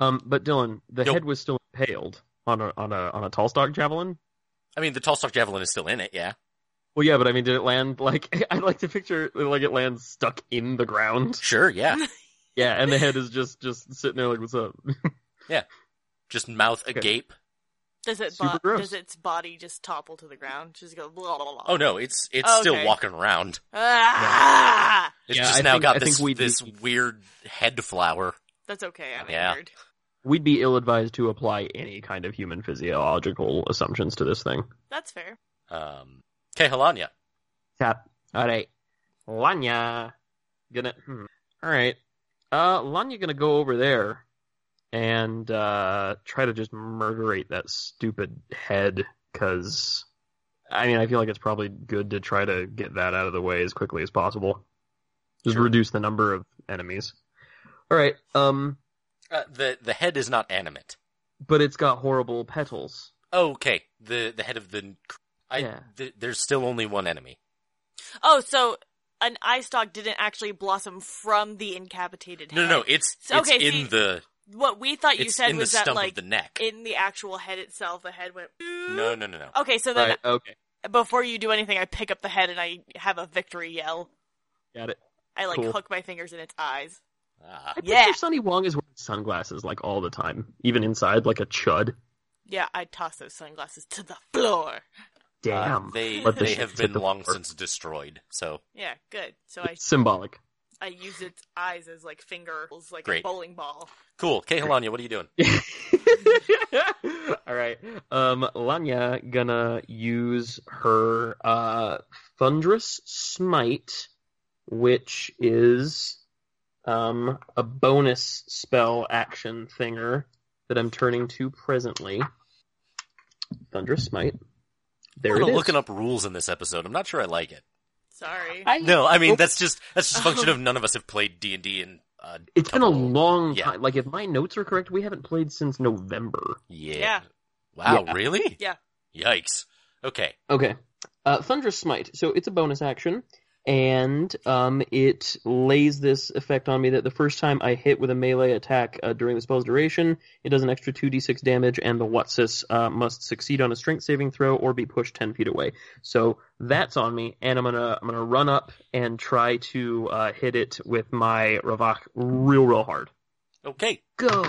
Um, but Dylan, the Nope. head was still impaled on a on a on a tall stock javelin. I mean the tall stalk javelin is still in it, yeah. Well, yeah, but I mean, did it land like *laughs* I'd like to picture like it lands stuck in the ground? Sure, yeah. Yeah, and the head is just just sitting there like, what's up? *laughs* Just mouth agape. Does it? Super Bo- gross. does its body just topple to the ground? Just go. Blah, blah, blah. Oh no, it's it's Oh, still okay. walking around. Ah! It's Yeah, just I now think- got I this think we- this weird head flower. That's okay. I'm Yeah. injured. We'd be ill advised to apply any kind of human physiological assumptions to this thing. That's fair. Um, okay, Halanya. Tap. All right. Lanya. Gonna. Hmm. All right. Uh, Lanya gonna go over there and uh, try to just murderate that stupid head. Cause I mean, I feel like it's probably good to try to get that out of the way as quickly as possible. Just Sure. reduce the number of enemies. All right. Um, Uh, the the head is not animate. Oh, but it's got horrible petals. Okay, the the head of the. I, Yeah. th- there's still only one enemy. Oh, so an eye stalk didn't actually blossom from the incapitated No, head. no, no, it's it's So, okay, in see, the What we thought you it's said in the was that, stump like, of the neck. in the actual head itself, the head went. no, no, no, no. Okay, so then right. Okay. before you do anything, I pick up the head and I have a victory yell. Got it. I like Cool. hook my fingers in its eyes. Ah, I Yeah. picture Sunny Wong is wearing sunglasses like all the time, even inside, like a chud. Yeah, I toss those sunglasses to the floor. Damn. Uh, they Let the they shit have hit been the long floor. since destroyed. So Yeah, good. So I *laughs* It's symbolic. I use its eyes as like fingers, like Great. a bowling ball. cool. Okay, Halanya, what are you doing? all right. Um, Lanya gonna use her uh thunderous smite, which is um a bonus spell action thinger that I'm turning to presently. Thunderous smite. There I'm it is. looking up rules in this episode. I'm not sure I like it. Sorry. I- No, I mean Nope. that's just that's just a function of none of us have played D and D in. Uh, It's been a couple- long yeah. time. Like, if my notes are correct, we haven't played since November. Yeah. Yeah. Wow, Yeah. really? Yeah. Yikes. Okay. Okay. Uh, Thunderous Smite. So it's a bonus action. and um, it lays this effect on me that the first time I hit with a melee attack uh, during the spell's duration, it does an extra 2d6 damage, and the Whatsis uh, must succeed on a strength saving throw or be pushed 10 feet away. So that's on me, and I'm gonna I'm gonna run up and try to uh, hit it with my Ravak real real hard. Okay. Go.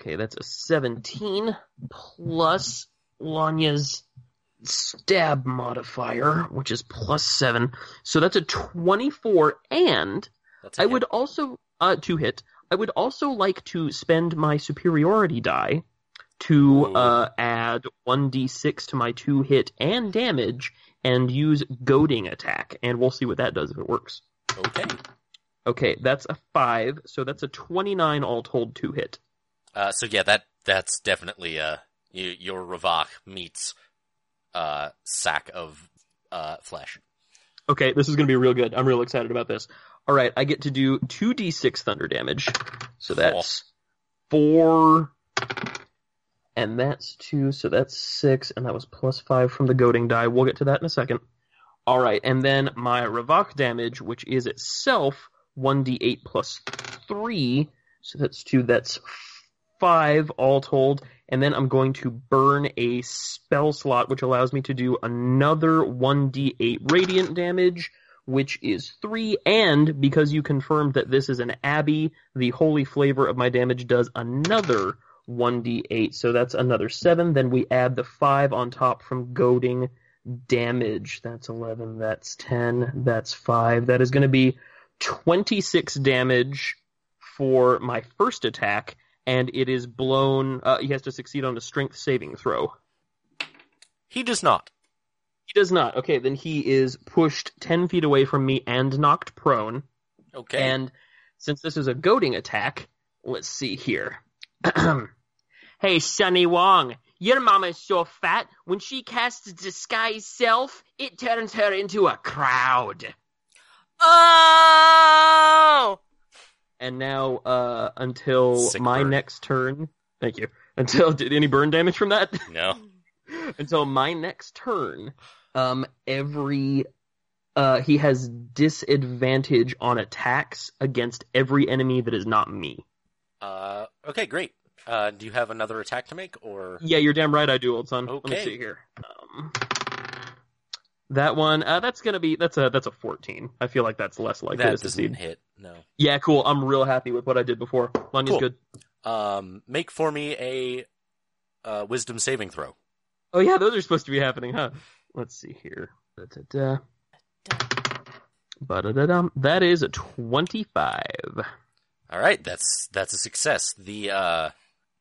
Okay, that's a 17 plus Lanya's stab modifier, which is plus 7. So that's a 24 and That's a I hit. would also uh to hit. I would also like to spend my superiority die to Ooh. uh add 1d6 to my 2 hit and damage and use goading attack and we'll see what that does if it works. Okay. Okay, that's a 5, so that's a 29 all told to hit. Uh, so yeah, that that's definitely uh y- your Ravak meets uh sack of uh flesh. Okay, this is going to be real good. I'm real excited about this. All right, I get to do 2d6 thunder damage. So that's 4 and that's 2, so that's 6 and that was plus 5 from the goading die. We'll get to that in a second. All right, and then my Ravak damage, which is itself 1d8 plus 3, so that's 2, that's 5 all told, and then I'm going to burn a spell slot, which allows me to do another 1d8 radiant damage, which is 3, and because you confirmed that this is an Abbey, the holy flavor of my damage does another 1d8, so that's another 7, then we add the 5 on top from goading damage. That's 11, that's 10, that's 5, that is going to be 26 damage for my first attack, and it is blown. Uh, he has to succeed on a strength saving throw. He does not. He does not. Okay, then he is pushed 10 feet away from me and knocked prone. Okay. And since this is a goading attack, let's see here. *clears throat* hey, Sunny Wong, your mama is so fat, when she casts Disguise Self, it turns her into a crowd. Oh! And now, uh, until Sick my burn. next turn. Thank you. Until, did any burn damage from that? no. *laughs* until my next turn. Um, every uh, he has disadvantage on attacks against every enemy that is not me. Uh. Okay. Great. Uh. Do you have another attack to make or? Yeah, you're damn right. I do, old son. Let me Okay. see here. Um, that one. Uh, that's gonna be. That's a. That's a 14. I feel like that's less likely that to doesn't succeed. hit. No. Yeah, cool. I'm real happy with what I did before. Lanya's Cool. good. Um. Make for me a uh, wisdom saving throw. Oh yeah, those are supposed to be happening, huh? Let's see here. Da-da-da. Ba-da-da-dum. That is a 25. All right, that's that's a success. The uh,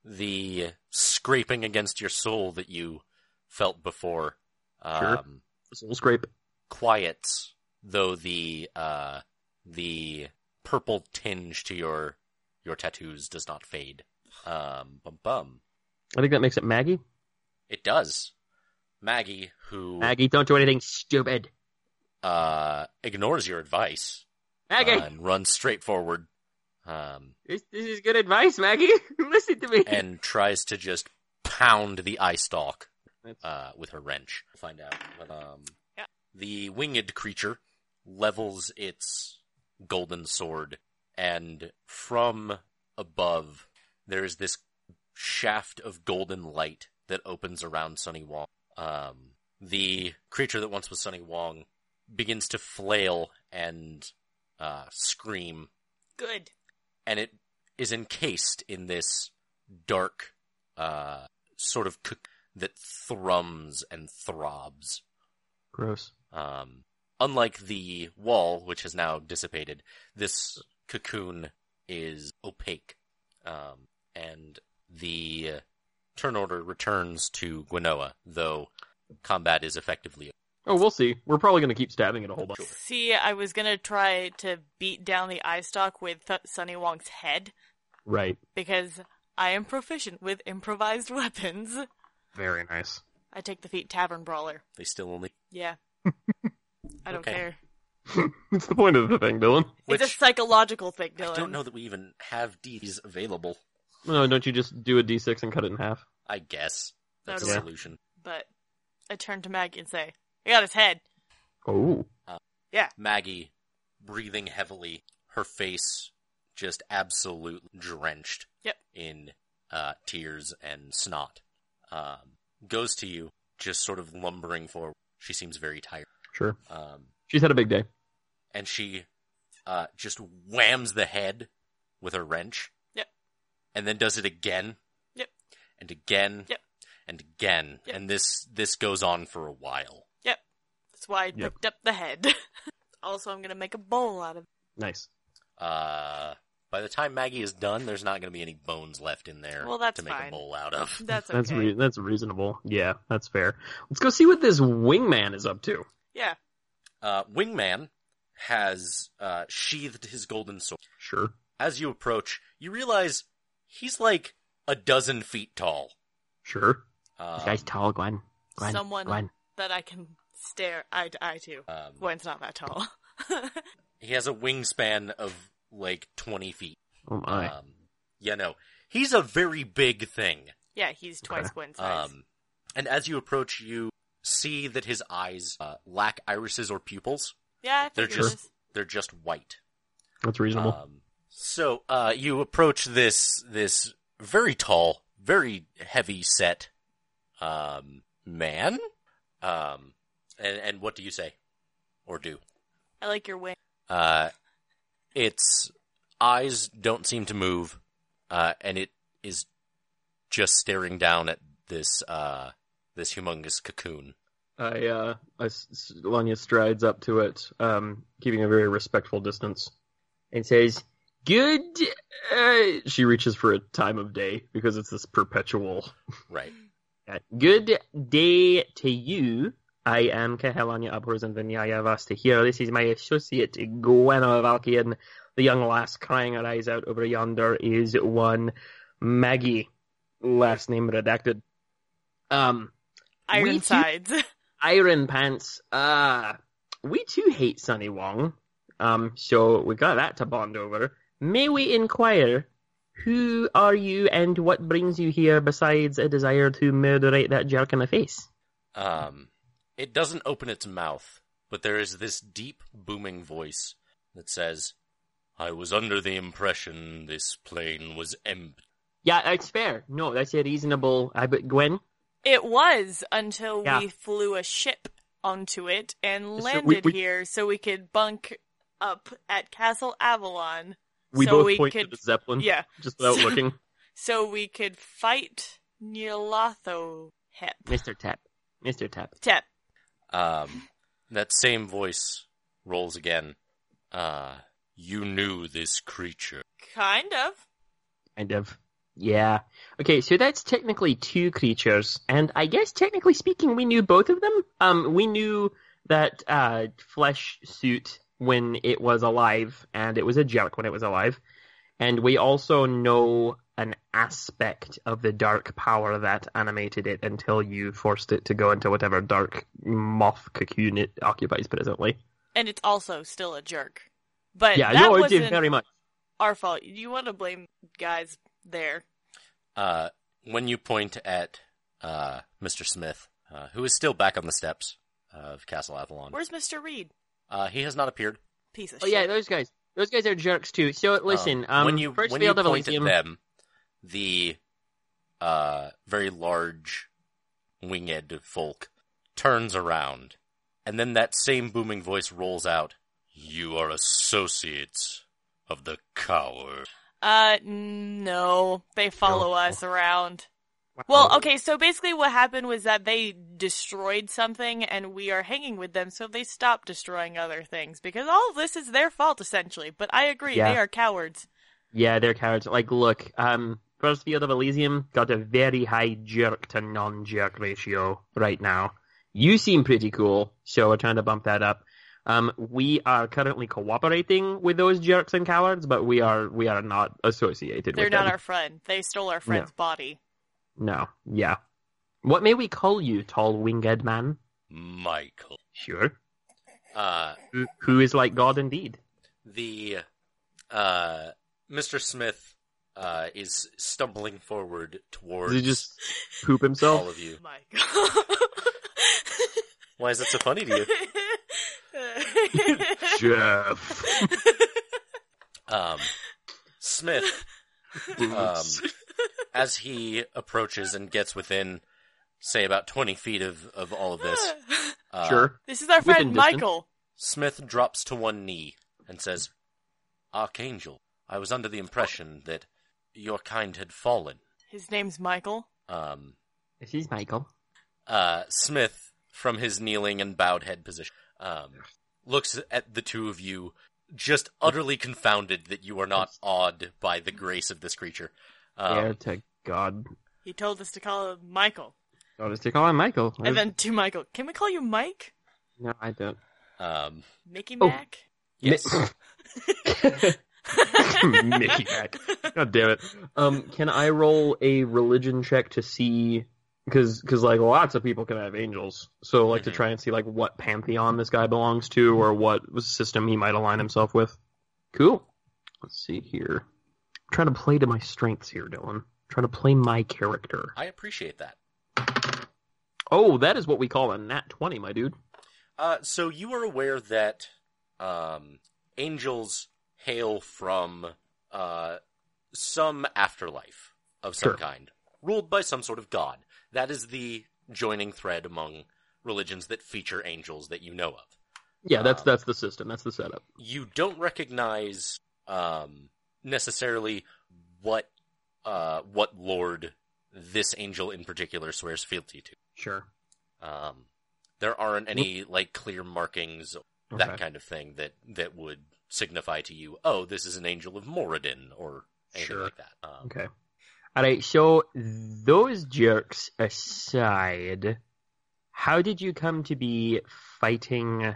the scraping against your soul that you felt before um, Sure. Soul scrape. quiets, though the uh, the purple tinge to your your tattoos does not fade. Um, bum bum. I think that makes it Maggie. It does. Maggie, who Maggie, don't do anything stupid. uh, ignores your advice Maggie, uh, and runs straight forward, um, this, this is good advice, Maggie. *laughs* Listen to me. and tries to just pound the eye stalk *laughs* That's- uh, with her wrench. We'll find out. But, um, Yeah. The winged creature levels its golden sword, and from above, there is this shaft of golden light that opens around Sunny Wong. Um, the creature that once was Sunny Wong begins to flail and uh, scream Good. and it is encased in this dark uh, sort of cook that thrums and throbs. Gross. Um, unlike the wall, which has now dissipated, this cocoon is opaque. Um, and the turn order returns to Gwenoa, though combat is effectively. Oh, we'll see. We're probably going to keep stabbing it a whole bunch. See, I was gonna try to beat down the eye stalk with Th- Sunny Wong's head Right. because I am proficient with improvised *laughs* weapons. Very nice. I take the feat tavern brawler. They still only. *laughs* Yeah. I don't Okay. care. *laughs* That's the point of the thing, Dylan. Which It's a psychological thing, Dylan. I don't know that we even have D's available. No, don't you just do a d6 and cut it in half? I guess that's a Okay. solution. But I turn to Maggie and say, I got his head. Oh. Yeah. Maggie breathing heavily, her face just absolutely drenched Yep. in uh, tears and snot. Um, goes to you, just sort of lumbering forward. She seems very tired. Sure. Um, She's had a big day. and she uh, just whams the head with her wrench. Yep. And then does it again. Yep. And again. Yep. And again. Yep. And this this goes on for a while. That's why I Yep. picked up the head. *laughs* also, I'm gonna make a bowl out of it. Nice. Uh, by the time Maggie is done, there's not going to be any bones left in there Well, that's to make a fine. bowl out of. That's okay. That's re- that's reasonable. Yeah, that's fair. Let's go see what this wingman is up to. yeah. Uh, Wingman has uh, sheathed his golden sword. Sure. As you approach, you realize he's like a dozen feet tall. Sure. Um, this guy's tall, Gwen. Gwen. Someone- Gwen. That I can stare eye to eye to. um, Gwen's not that tall. *laughs* He has a wingspan of like 20 feet. Oh my. Um, yeah, no. He's a very big thing. yeah, he's twice Okay. Gwen's size. Um, and as you approach, you see that his eyes uh, lack irises or pupils. yeah, I They're figured just this. they're just white. that's reasonable. Um, so uh, you approach this this very tall, very heavy set um, man. Um, and and what do you say or do? I like your wing. Uh, its eyes don't seem to move, uh, and it is just staring down at this uh, this humongous cocoon. I, uh, I s- s- Lanya strides up to it, um, keeping a very respectful distance, and says, "Good." Uh, she reaches for a time of day because it's this perpetual. Right. uh, Good day to you. I am Kahelanya Abhors and Vinyaya Vasta here. This is my associate Gwena Valkian. The young lass crying her eyes out over yonder is one Maggie, last name redacted. Um. We Iron too- sides. *laughs* Iron Pants. Uh, we too hate Sunny Wong. Um, so we got that to bond over. May we inquire, who are you and what brings you here besides a desire to murderate that jerk in the face? Um, it doesn't open its mouth, but there is this deep, booming voice that says, "I was under the impression this plane was empty." Yeah, that's fair. No, that's a reasonable. I but Gwen, it was until Yeah. we flew a ship onto it and we- landed we- here so we could bunk up at Castle Avalon. we so both we point could, to the zeppelin. yeah, just without *laughs* So- looking. so we could fight Nyarlathotep. Hep. Mister Tap, Mister Tap. Tep. Um, that same voice rolls again. Uh, you knew this creature. Kind of. Kind of. Yeah. Okay, so that's technically two creatures, and I guess technically speaking, we knew both of them. Um, we knew that uh, flesh suit when it was alive, and it was a jerk when it was alive, and we also know an aspect of the dark power that animated it until you forced it to go into whatever dark moth cocoon it occupies presently. And it's also still a jerk. But yeah, that no, it wasn't did very much. our fault. You want to blame guys there. Uh, when you point at uh, Mr. Smith, uh, who is still back on the steps of Castle Avalon, Where's Mr. Reed? uh, he has not appeared. Piece of Oh shit. yeah, those guys. Those guys are jerks too. So listen, um, Oh, when you first when Veil you of point at Elysium- them, the uh, very large winged folk turns around, and then that same booming voice rolls out, "You are associates of the coward." Uh, no. They follow No. us around. Wow. Well, okay, so basically what happened was that they destroyed something and we are hanging with them, so they stopped destroying other things because all of this is their fault essentially. But I agree, Yeah. they are cowards. Yeah, they're cowards. Like, look, um, First Field of Elysium got a very high jerk to non-jerk ratio right now. You seem pretty cool, so we're trying to bump that up. Um, we are currently cooperating with those jerks and cowards, but we are we are not associated They're with not them. our friend. They stole our friend's body. No, yeah. What may we call you, tall winged man? Michael, Sure. uh, Who, who is like God indeed? the uh, Mr. Smith uh, is stumbling forward Does towards he just poop all himself? of you. My Oh god. *laughs* Why is that so funny to you? *laughs* Jeff. Um, Smith, um, as he approaches and gets within, say, about 20 feet of, of all of this, *laughs* uh, sure. This is our Within friend distance. Michael. Smith drops to one knee and says, Archangel, I was under the impression that your kind had fallen. His name's Michael. Um, This is Michael. uh, Smith from his kneeling and bowed head position um, looks at the two of you, just utterly confounded that you are not awed by the grace of this creature. Heir Um, to God. He told us to call him Michael. I'll just take on Michael. I- And then to Michael, can we call you Mike? no, I *laughs* don't. um, Mickey Oh. Mac? *laughs* yes. Mickey Mac. God damn it. Um, can I roll a religion check to see? Because like lots of people can have angels, so like to Mhm. try and see like what pantheon this guy belongs to or what system he might align himself with. Cool. Let's see here. I'm trying to play to my strengths here, Dylan. trying to play my character. I appreciate that. Oh, that is what we call a nat twenty, my dude. Uh, so you are aware that um, angels hail from uh, some afterlife of some Sure. kind, ruled by some sort of god. That is the joining thread among religions that feature angels that you know of. Yeah, that's Um, that's the system. That's the setup. you don't recognize um, necessarily what uh, what lord this angel in particular swears fealty to. Sure. Um, there aren't any like clear markings, that Okay. kind of thing that that would signify to you, oh, this is an angel of Moradin or anything Sure. like that. Um, Okay. All right. So those jerks aside, how did you come to be fighting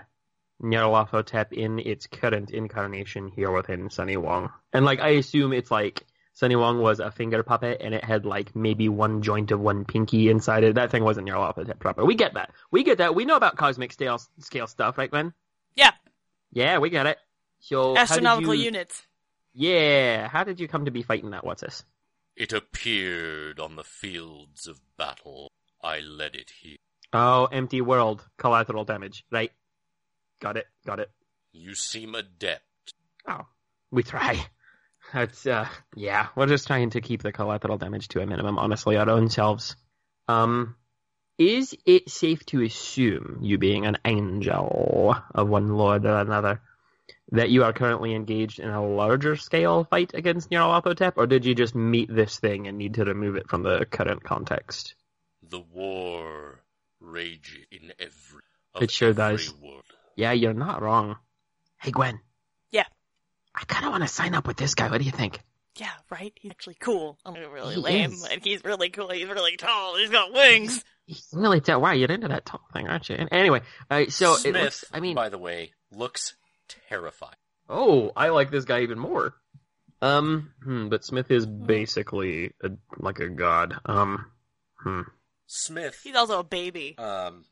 Nyarlathotep in its current incarnation here within Sunny Wong? And like, I assume it's like Sunny Wong was a finger puppet, and it had like maybe one joint of one pinky inside it. That thing wasn't Nyarlathotep proper. We get that. We get that. We know about cosmic scale scale stuff, right, Glenn? Yeah. Yeah, we got it. So how did Astronomical you- units. Yeah. How did you come to be fighting that? What's this? It appeared on the fields of battle. I led it here. Oh, empty world, collateral damage. Right. Got it. Got it. You seem adept. Oh, we try. That's uh, yeah. We're just trying to keep the collateral damage to a minimum. Honestly, our own selves. Um, is it safe to assume you being an angel of one lord or another? That you are currently engaged in a larger scale fight against Nyarlathotep, or did you just meet this thing and need to remove it from the current context? The war rages in every. Of It sure every does. World. Yeah, you're not wrong. Hey, Gwen. Yeah. I kind of want to sign up with this guy. What do you think? Yeah, right? He's actually cool. I'm Oh, really He lame. is. And he's really cool. He's really tall. He's got wings. He's really tell why you're into that tall thing, aren't you? And anyway, uh, so Smith, it looks. I mean, by the way, looks terrified. oh, I like this guy even more. Um, hmm, but Smith is basically a, like a god. Um, hmm. Smith, *laughs* He's also a baby. um,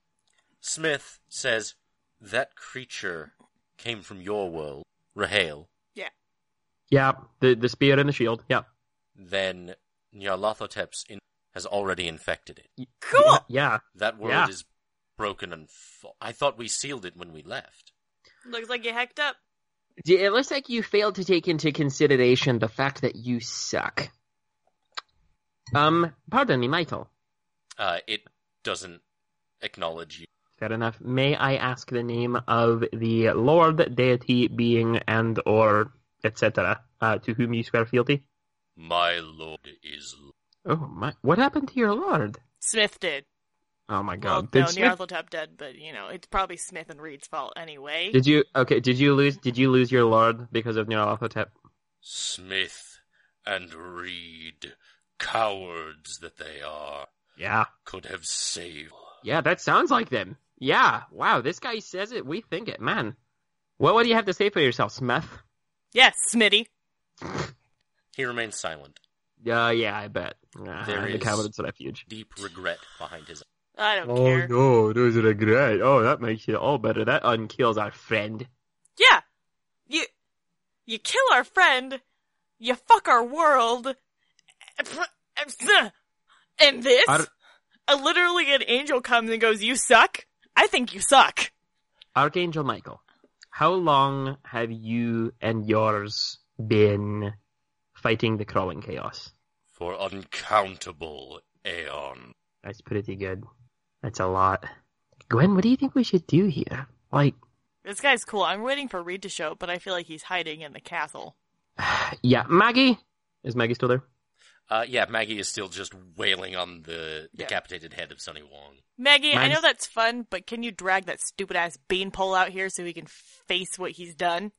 Smith says that creature came from your world, Rahale. yeah, the the spear and the shield. Yeah, Then Nyarlathotep's in- has already infected it. Cool. yeah. That world Yeah. is broken and fa- I thought we sealed it when we left. *laughs* Looks like you hacked up. D- It looks like you failed to take into consideration the fact that you suck. Um, pardon me, Michael. Uh, it doesn't acknowledge you. Fair enough. May I ask the name of the Lord, deity, being, and or etc. Uh, to whom you swear fealty? My lord is. Oh my! What happened to your Lord? Smith did. Oh my Well, God! no, did, Smith, Nyarlathotep did, but, you know, it's probably Smith and Reed's fault anyway. did you okay? Did you lose? Did you lose your Lord because of Nyarlathotep? Smith and Reed, cowards that they are, Yeah, could have saved. yeah. That sounds like them. Yeah. Wow. This guy says it. We think it, man. What would you have to say for yourself, Smith? Yes, Smitty. He remains silent, Uh, yeah, I bet. Uh, There the is- Covenant's refuge. deep regret behind his. I don't care. Oh, no, those are great. Oh, that makes it all better. That unkills our friend. Yeah. You you kill our friend, you fuck our world. And this Our- a literally an angel comes and goes, "You suck." I think you suck. Archangel Michael, How long have you and yours been fighting the crawling chaos? For uncountable aeon. That's pretty good. That's a lot. Gwen, what do you think we should do here? Like, This guy's cool. I'm waiting for Reed to show up, but I feel like he's hiding in the castle. yeah, Maggie? Is Maggie still there? Uh, yeah, Maggie is still just wailing on the Yeah. decapitated head of Sunny Wong. Maggie, I Mine's- know that's fun, but can you drag that stupid ass beanpole out here so he can face what he's done?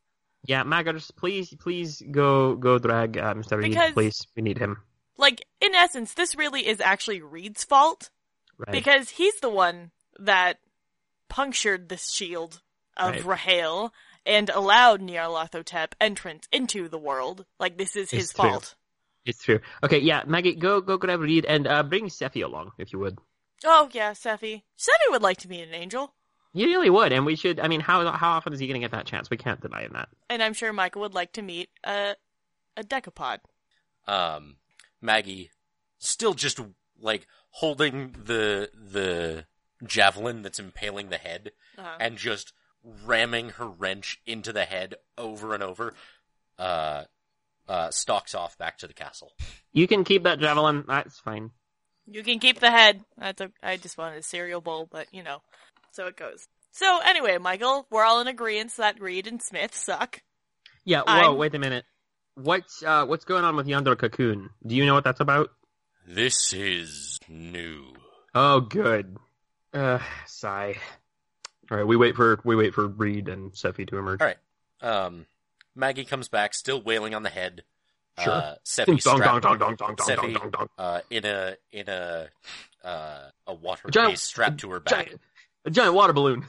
Yeah, Maggers, please, please go, go drag uh, Mr. Reed, Because- please. We need him. Like, in essence, this really is actually Reed's fault Right. because he's the one that punctured the shield of Rahel and allowed Nyarlathotep entrance into the world. Like, this is his It's true. fault. It's true. Okay, yeah, Maggie, go, go grab Reed and uh, bring Seffi along if you would. Oh, yeah, Sephi. Sephi would like to meet an angel, You really would, and we should. I mean, how how often is he going to get that chance? We can't deny him that. and I'm sure Micah would like to meet a, a decapod. Um, Maggie still just like holding the the javelin that's impaling the head Uh-huh. and just ramming her wrench into the head over and over. Uh, uh, stalks off back to the castle. You can keep that javelin. That's fine. You can keep the head. That's a, I just wanted a cereal bowl, but you know, so it goes. So anyway, Michael, we're all in agreement that Reed and Smith suck. *laughs* Yeah. Whoa. I'm- Wait a minute. What's uh, what's going on with yonder cocoon? Do you know what that's about? This is new. Oh, good. Uh, sigh. All right, we wait for we wait for Reed and Seffi to emerge. All right. Um, Maggie comes back, still wailing on the head. Sure. Uh, Seppi Dong, *laughs* dong, strapped, dong, dong, dong, dong, Seffi- dong, dong, dong. uh, in a in a uh, a water Giant- case strapped to her back. Giant, a giant water balloon.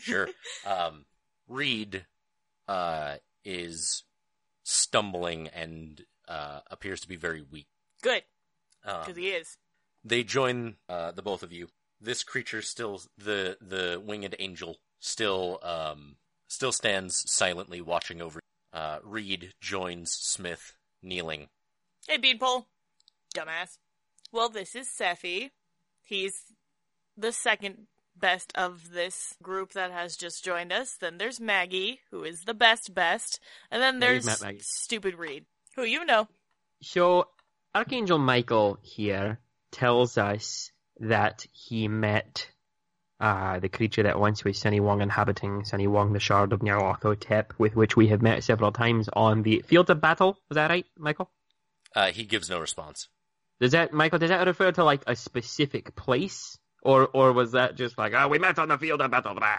Sure. Um, Reed uh, is stumbling and uh, appears to be very weak. Good, Um, because he is. they join uh, the both of you. This creature still the the winged angel still um, still stands silently watching over. you. Uh, Reed joins Smith kneeling. Hey, Beanpole, dumbass. Well, this is Seffi. He's the second best of this group that has just joined us. Then there's Maggie, who is the best best, and then Yeah, you've there's met Maggie. stupid Reed, who you know. So Archangel Michael here tells us that he met uh, the creature that once was Sunny Wong inhabiting Sunny Wong, the shard of Nyarlathotep, with which we have met several times on the field of battle. Is that right, Michael? Uh, he gives no response. Does that Michael? Does that refer to like a specific place, or or was that just like oh we met on the field of battle? Blah.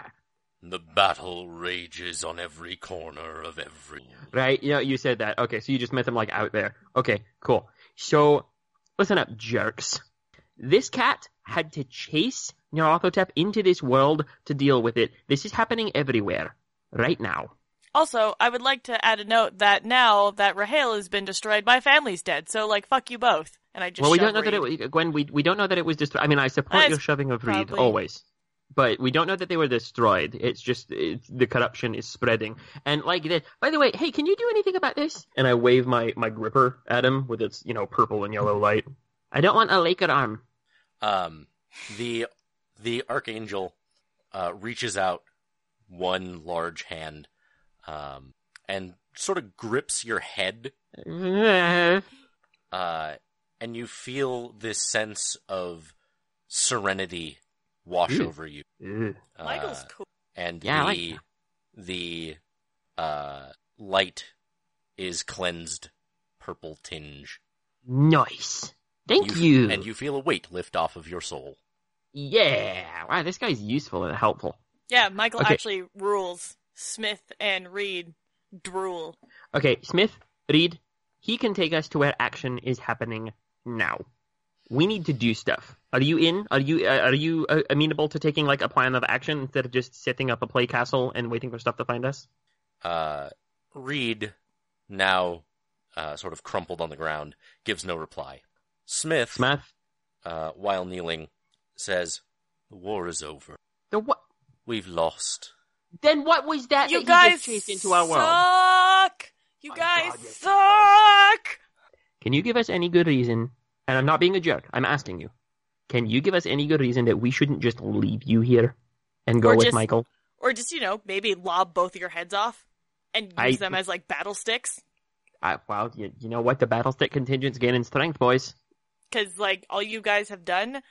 The battle rages on every corner of every. Right? Yeah, you said that. Okay, so you just met them like out there. Okay, cool. So, listen up, jerks. This cat had to chase Nyarlathotep into this world to deal with it. This is happening everywhere right now. Also, I would like to add a note that now that Rahel has been destroyed, my family's dead. So, like, fuck you both. And I just well, we shove don't know that it Reed. was, Gwen. We we don't know that it was destroyed. I mean, I support That's your shoving of Reed probably- always, but we don't know that they were destroyed. It's just it's, the corruption is spreading, and like this. By the way, hey, can you do anything about this? And I wave my my gripper at him with its you know purple and yellow light. I don't want a Laker arm. Um, the the archangel uh, reaches out one large hand, um, and sort of grips your head, That's uh, and you feel this sense of serenity wash Ooh. over you. Uh, Michael's cool. and Hmm. Yeah, I like the the uh, light is cleansed purple tinge. nice. Thank f- you. And you feel a weight lift off of your soul. Yeah. Wow, this guy's useful and helpful. Yeah, Michael Okay. actually rules. Smith and Reed drool. Okay, Smith, Reed, he can take us to where action is happening now. We need to do stuff. Are you in? Are you uh, are you uh, amenable to taking like a plan of action instead of just setting up a play castle and waiting for stuff to find us? Uh, Reed, now uh, sort of crumpled on the ground, gives no reply. Smith, Smith, uh, while kneeling, says, "The war is over. the what? We've lost." Then what was that you that guys you just chased into our world? suck. You My guys God, yes, you suck. Can you give us any good reason? And I'm not being a jerk. I'm asking you. Can you give us any good reason that we shouldn't just leave you here and go Or with just- Michael? Or just, you know, maybe lob both of your heads off and use I- them as like battle sticks. I, well, you, you know what? The Battlestick contingent's gaining strength, boys. Cause like all you guys have done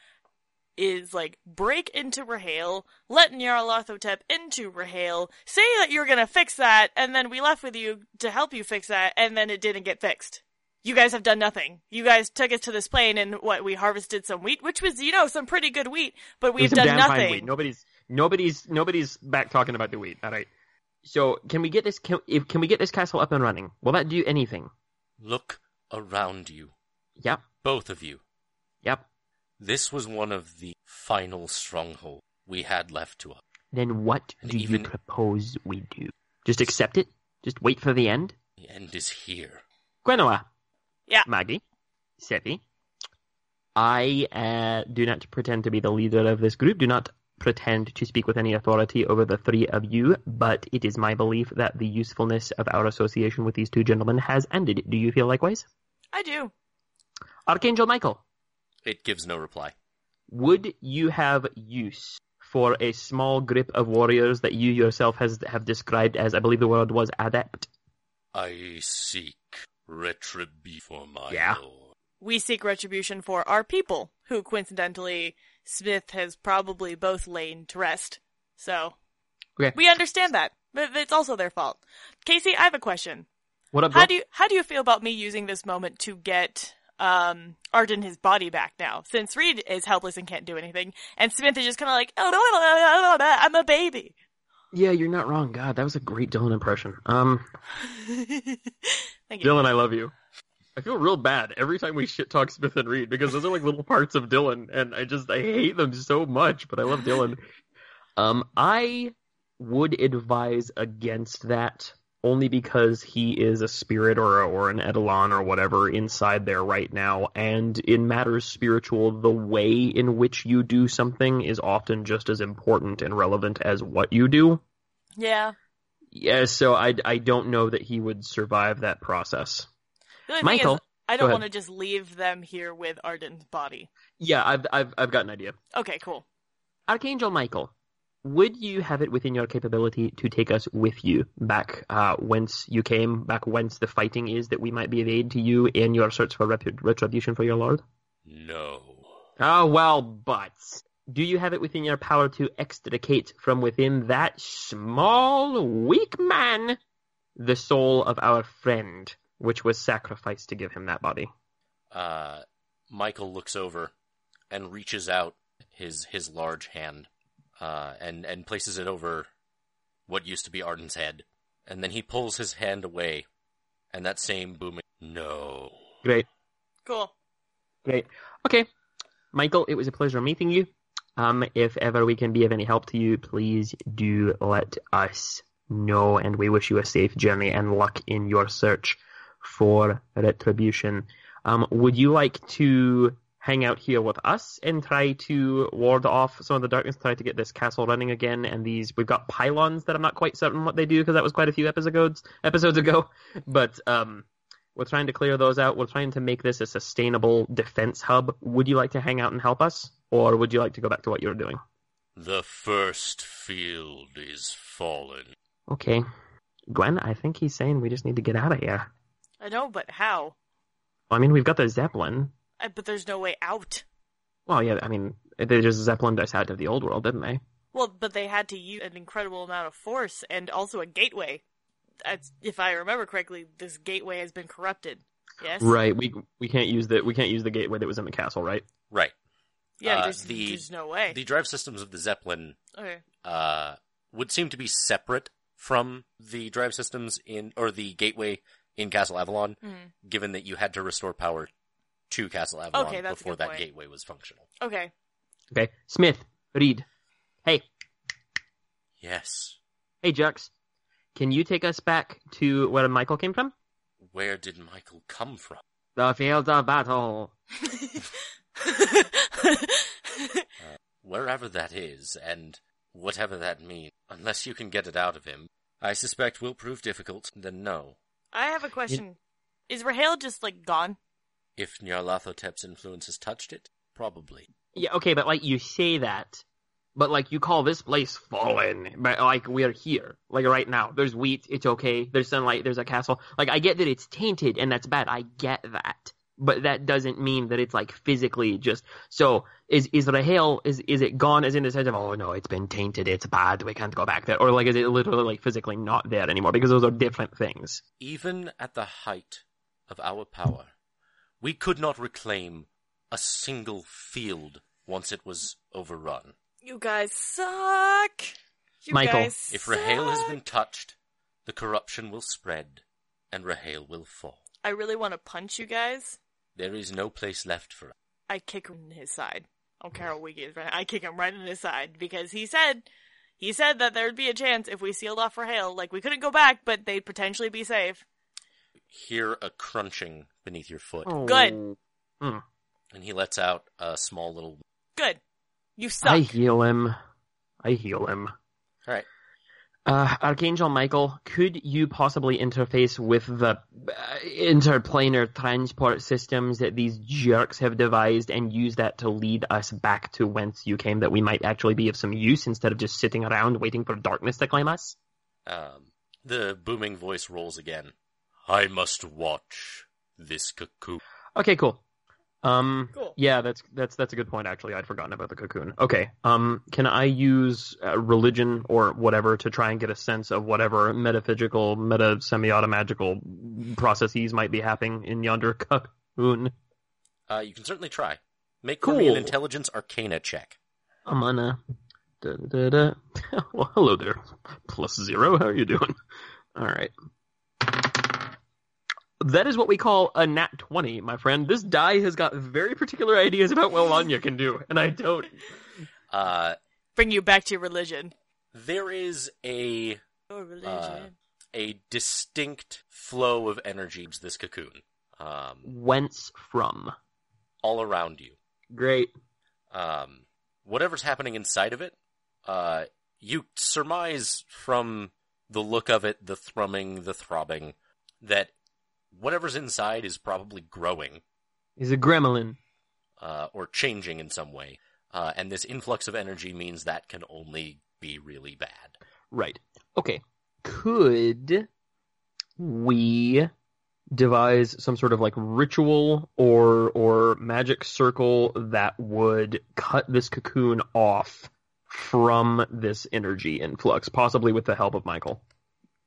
is like break into Rahale, let Nyarlathotep into Rahale, say that you're gonna fix that, and then we left with you to help you fix that, and then it didn't get fixed. You guys have done nothing. You guys took us to this plane and what, we harvested some wheat, which was, you know, some pretty good wheat, but we've There's some done damn fine nothing. Wheat. Nobody's nobody's nobody's back talking about the wheat. All right. So can we get this? Can, if can we get this castle up and running? Will that do anything? Look around you, Yep. both of you. Yep. This was one of the final stronghold we had left to us. Then what And do even- you propose we do? Just accept it? Just wait for the end? The end is here. Gwenoa. Yeah. Maggie. Seppi. I uh, do not pretend to be the leader of this group. Do not pretend to speak with any authority over the three of you, but it is my belief that the usefulness of our association with these two gentlemen has ended. Do you feel likewise? I do. Archangel Michael, It gives no reply. would you have use for a small grip of warriors that you yourself has have described as, I believe the word was adept? I seek retribution for my Yeah. lord. we seek retribution for our people, who coincidentally Smith has probably both lain to rest. So Okay. we understand that, but it's also their fault. Casey, I have a question. What up, How bro? do you how do you feel about me using this moment to get um Arden his body back now? Since Reed is helpless and can't do anything, and Smith is just kind of like, oh no, no, no, no, no, I'm a baby. *laughs* Yeah, you're not wrong. God, that was a great Dylan impression. Um, Thank you. Dylan, I love you. I feel real bad every time we shit talk Smith and Reed because those are like little parts of Dylan, and I just I hate them so much, but I love Dylan. Um, I would advise against that only because he is a spirit or or an edelon or whatever inside there right now, and in matters spiritual, the way in which you do something is often just as important and relevant as what you do. Yeah. Yeah, so I I don't know that he would survive that process. The only Michael, thing is, I go don't ahead. want to just leave them here with Arden's body. Yeah, I've I've I've got an idea. Okay, cool. Archangel Michael, would you have it within your capability to take us with you back uh, whence you came, back whence the fighting is, that we might be of aid to you in your search for repu retribution for your lord? No. Oh well, but do you have it within your power to extricate from within that small, weak man the soul of our friend, which was sacrificed to give him that body? Uh, Michael looks over and reaches out his his large hand uh, and and places it over what used to be Arden's head, and then he pulls his hand away, and that same booming no. Great. Cool. Great. Okay. Michael, it was a pleasure meeting you. Um, if ever we can be of any help to you, please do let us know, and we wish you a safe journey and luck in your search for retribution. Um, would you like to hang out here with us and try to ward off some of the darkness, try to get this castle running again? And these, we've got pylons that I'm not quite certain what they do because that was quite a few episodes episodes ago, *laughs* but um, we're trying to clear those out. We're trying to make this a sustainable defense hub. Would you like to hang out and help us? Or would you like to go back to what you were doing? The first field is fallen. Okay. Gwen, I think he's saying we just need to get out of here. I know, but how? I mean, we've got the Zeppelin. I, but there's no way out. Well, yeah, I mean, they just Zeppelined us out of the old world, didn't they? Well, but they had to use an incredible amount of force and also a gateway. That's, if I remember correctly, this gateway has been corrupted. Yes. Right. We we can't use the we can't use the gateway that was in the castle, right? Right. Yeah. Uh, there's, the- there's no way. The drive systems of the Zeppelin okay. uh, would seem to be separate from the drive systems in or the gateway in Castle Avalon. Mhm. given that you had to restore power to Castle Avalon Okay, that's a before good that point. gateway was functional. Okay. *laughs* Okay. Smith, Reed. Hey, Yes. hey, Jux. Can you take us back to where Michael came from? Where did Michael come from? The fields of battle. Wherever that is, and whatever that means, unless you can get it out of him, I suspect will prove difficult, then no. I have a question. Is Rahel just like gone? If Nyarlathotep's influence has touched it, probably. Yeah, okay, but like you say that, But like you call this place fallen, but like we're here, like right now. There's wheat, it's okay. There's sunlight, there's a castle. Like I get that it's tainted and that's bad. I get that, but that doesn't mean that it's like physically just. So is Israel is is it gone? As in the sense of oh no, it's been tainted, it's bad, we can't go back there, or like is it literally like physically not there anymore? Because those are different things. Even at the height of our power, we could not reclaim a single field once it was overrun. You guys suck. You Michael, guys If Rahel has suck. been touched, the corruption will spread and Rahel will fall. I really want to punch you guys. There is no place left for us. I kick him in his side. I don't care how weak he is right now. I kick him right in his side because he said he said that there'd be a chance if we sealed off Rahel, like we couldn't go back, but they'd potentially be safe. Hear a crunching beneath your foot, Oh. Good. Mm. and he lets out a small little. Good. You suck. I heal him. I heal him. All right. Uh, Archangel Michael, could you possibly interface with the uh, interplanar transport systems that these jerks have devised and use that to lead us back to whence you came that we might actually be of some use instead of just sitting around waiting for darkness to claim us? Um, the booming voice rolls again. I must watch this cuckoo. Okay, cool. Um, Cool. yeah, that's that's that's a good point. Actually, I'd forgotten about the cocoon. Okay, um, can I use uh, religion or whatever to try and get a sense of whatever metaphysical, meta semi-automagical processes might be happening in yonder *laughs* cocoon? Uh, you can certainly try. Make for me an Cool. intelligence arcana check. I'm on a. Da, da, da. *laughs* well, hello there. Plus zero. How are you doing? All right. That is what we call a nat 20, my friend. This die has got very particular ideas about what Lanya can do, and I don't. Uh, Bring you back to your religion. there is a Uh, Your religion. a distinct flow of energy to this cocoon um, Whence from? all around you. Great. Um, whatever's happening inside of it, uh, you surmise from the look of it, the thrumming, the throbbing, that whatever's inside is probably growing He's a gremlin. uh, or changing in some way. Uh, and this influx of energy means that can only be really bad. Right. Okay. Could we devise some sort of like ritual or or magic circle that would cut this cocoon off from this energy influx, possibly with the help of Michael?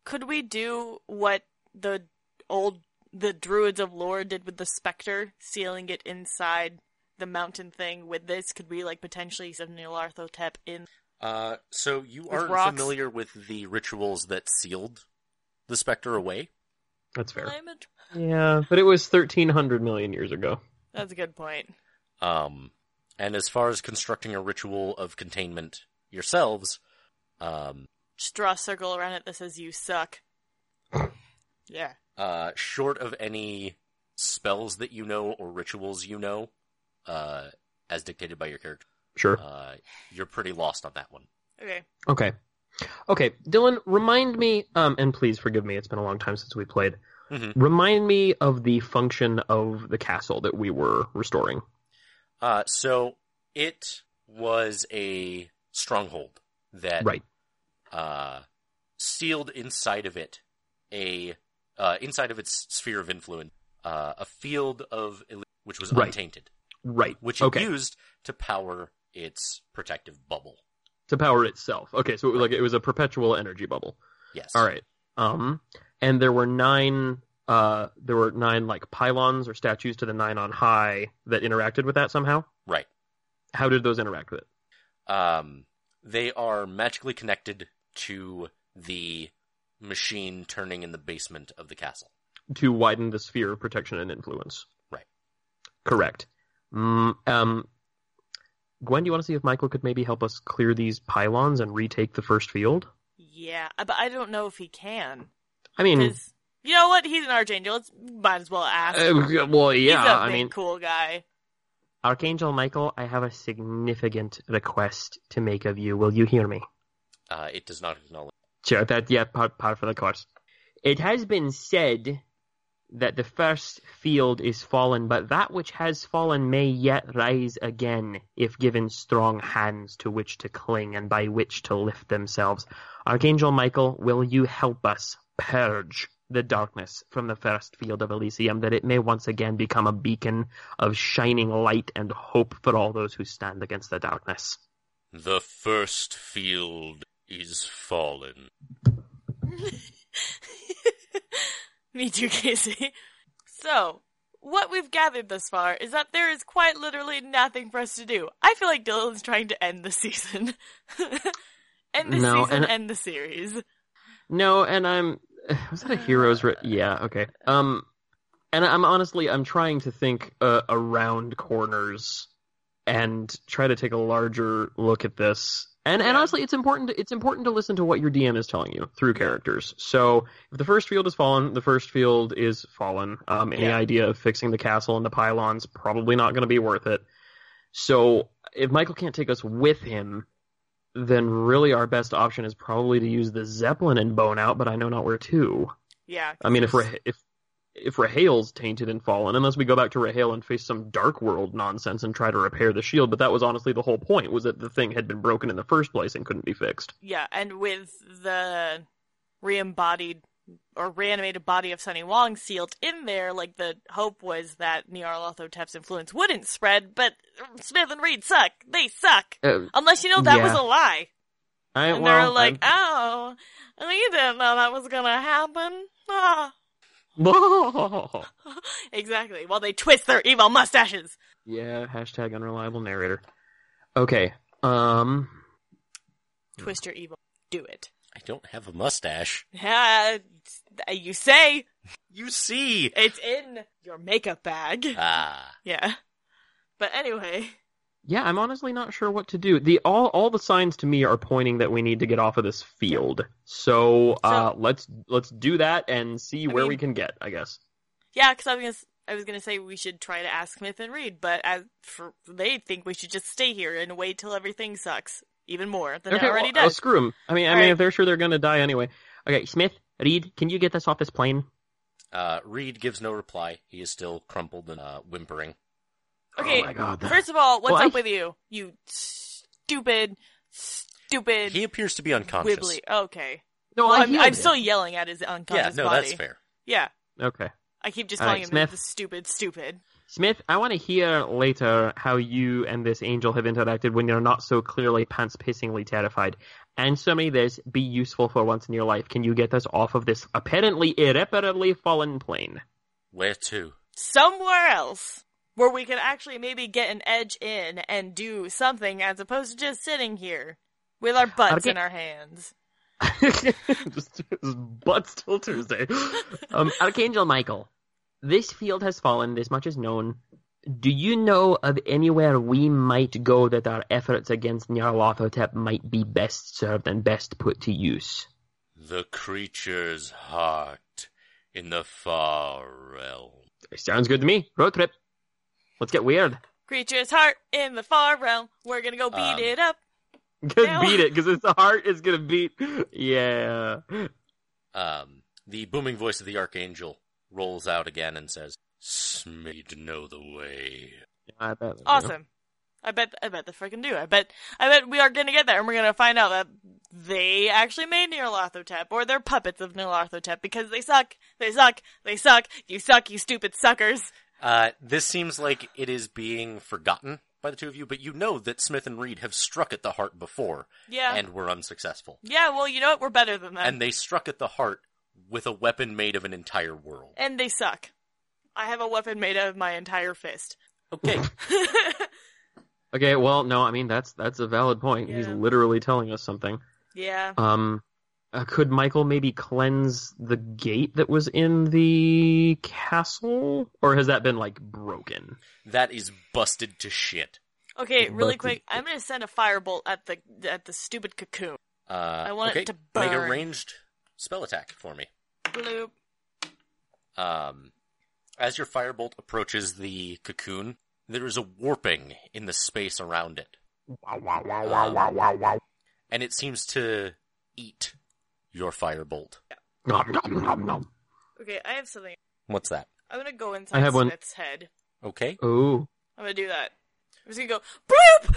Could we do what the old the druids of lore did with the specter, sealing it inside the mountain thing with this? Could we like potentially send Nilarthotep in Uh, so you With aren't rocks? familiar with the rituals that sealed the specter away. That's fair. climate? Yeah, but it was 1300 million years ago. That's a good point. Um, and as far as constructing a ritual of containment yourselves, um, Just draw a circle around it that says *clears throat* you suck. yeah. uh, short of any spells that you know or rituals you know, uh, as dictated by your character, Sure. uh, you're pretty lost on that one. Okay. Okay. Okay, Dylan, remind me, um, and please forgive me, it's been a long time since we played. Mhm. Remind me of the function of the castle that we were restoring. Uh, so it was a stronghold that Right. uh, sealed inside of it a uh, inside of its sphere of influence uh, a field of illu- which was Right. untainted, Right. which it okay. used to power its protective bubble. to power itself. Okay, so it was like it was a perpetual energy bubble. Yes. All right. Um and there were nine uh there were nine like pylons or statues to the nine on high that interacted with that somehow. Right. How did those interact with it? Um, they are magically connected to the machine turning in the basement of the castle. to widen the sphere of protection and influence. Right. Correct. Mm, um, Gwen, do you want to see if Michael could maybe help us clear these pylons and retake the first field? Yeah, Uh, but I don't know if he can. I mean, 'Cause- you know what? He's an archangel. It's, might as well ask. uh, well, yeah. He's a I big, mean, cool guy. *laughs* Archangel Michael, I have a significant request to make of you. Will you hear me? Uh, it does not acknowledge. Sure, that yeah, part, part for the course. It has been said that the first field is fallen, but that which has fallen may yet rise again, if given strong hands to which to cling and by which to lift themselves. Archangel Michael, will you help us purge the darkness from the first field of Elysium, that it may once again become a beacon of shining light and hope for all those who stand against the darkness? The first field is fallen. Me too, Casey. So, what we've gathered thus far is that there is quite literally nothing for us to do. I feel like Dylan's trying to end the season. *laughs* end the No, season, and- end the series. No, and I'm *sighs* was that a hero's ri yeah okay um and I'm honestly I'm trying to think uh, around corners and try to take a larger look at this and and Yeah. honestly it's important to, it's important to listen to what your DM is telling you through characters so if the first field is fallen the first field is fallen um any Yeah. idea of fixing the castle and the pylons probably not going to be worth it so if Michael can't take us with him then really our best option is probably to use the zeppelin and bone out, but I know not where to. Yeah. 'cause I mean, if there's- Rah- if if Rahal's tainted and fallen, unless we go back to Rahal and face some Dark World nonsense and try to repair the shield, but that was honestly the whole point was that the thing had been broken in the first place and couldn't be fixed. Yeah, and with the re-embodied or reanimated body of Sunny Wong sealed in there, like the hope was that Nyarlathotep's influence wouldn't spread, but Smith and Reed suck. They suck. Uh, Unless you know that was Yeah. a lie. I, And well, they're *laughs* like, I'm- oh, we didn't know that was gonna happen. Ah. *laughs* "Oh." Exactly. While they twist their evil mustaches. yeah, hashtag unreliable narrator. Okay, um, Twist your evil. Do it. I don't have a mustache. Yeah, it's- you say You see. it's in your makeup bag. Ah. Yeah. But anyway. Yeah, I'm honestly not sure what to do. The all all the signs to me are pointing that we need to get off of this field. So, uh, let's let's do that and see I where we mean- can get. I guess. Yeah, because I was gonna, s- I was gonna say we should try to ask Smith and Reed, but as for, they think we should just stay here and wait till everything sucks even more than it already well, oh, does. screw 'em. I mean, I All mean, right. if they're sure they're gonna die anyway. Okay, Smith, Reed, can you get us off this plane? Uh, Reed gives no reply. He is still crumpled and uh, whimpering. Okay, Oh my god. that- First of all, what's Well, I- up with you? You stupid, stupid, He appears to be unconscious. wibbly. Okay, no, well, I I'm, healed I'm it. still yelling at his Yeah, unconscious no, body. that's fair. Yeah, Okay, I keep just All calling right, him Smith. the stupid, stupid. Smith, I want to hear later how you and this angel have interacted when you're not so clearly pants pissingly terrified. Answer me this: Be useful for once in your life. Can you get us off of this apparently irreparably fallen plane? Where to? Somewhere else where we could actually maybe get an edge in and do something as opposed to just sitting here with our butts Okay. in our hands. just, just butts till Tuesday. Um, Archangel Michael, this field has fallen. This much is known. Do you know of anywhere we might go that our efforts against Nyarlathotep might be best served and best put to use? The creature's heart in the far realm. Sounds good to me. Road trip. Let's get weird. *laughs* Creature's heart in the far realm. We're gonna go beat Um, it up. Good No. beat it, because its heart is gonna beat. Yeah. Um, the booming voice of the archangel rolls out again and says, Smade know the way. I bet we do. Awesome. I bet I bet they freaking do. I bet I bet we are gonna get there and we're gonna find out that they actually made Nyarlathotep or they're puppets of Nyarlathotep because they suck. They suck. They suck. You suck, you stupid suckers. Uh, this seems like it is being forgotten by the two of you, but you know that Smith and Reed have struck at the heart before Yeah. and were unsuccessful. yeah, well you know what? We're better than them. And they struck at the heart with a weapon made of an entire world. and they suck. I have a weapon made out of my entire fist. *laughs* Okay, Okay. Well, no, I mean that's that's a valid point. He's Yeah. literally telling us something. yeah. Um, uh, could Michael maybe cleanse the gate that was in the castle, or has that been like broken? that is busted to shit. Okay, really But- quick, I'm gonna send a firebolt at the at the stupid cocoon. Uh, I want okay, it to Make a burn. ranged spell attack for me. Bloop. Um, as your firebolt approaches the cocoon, there is a warping in the space around it, Wow! Wow! Wow! Um, Wow! Wow! and it seems to eat your firebolt. Nom, nom, nom, nom. Okay, I have something. What's that? I'm gonna go inside I have one. Smith's head. Okay. Oh, I'm gonna do that. I'm just gonna go bloop.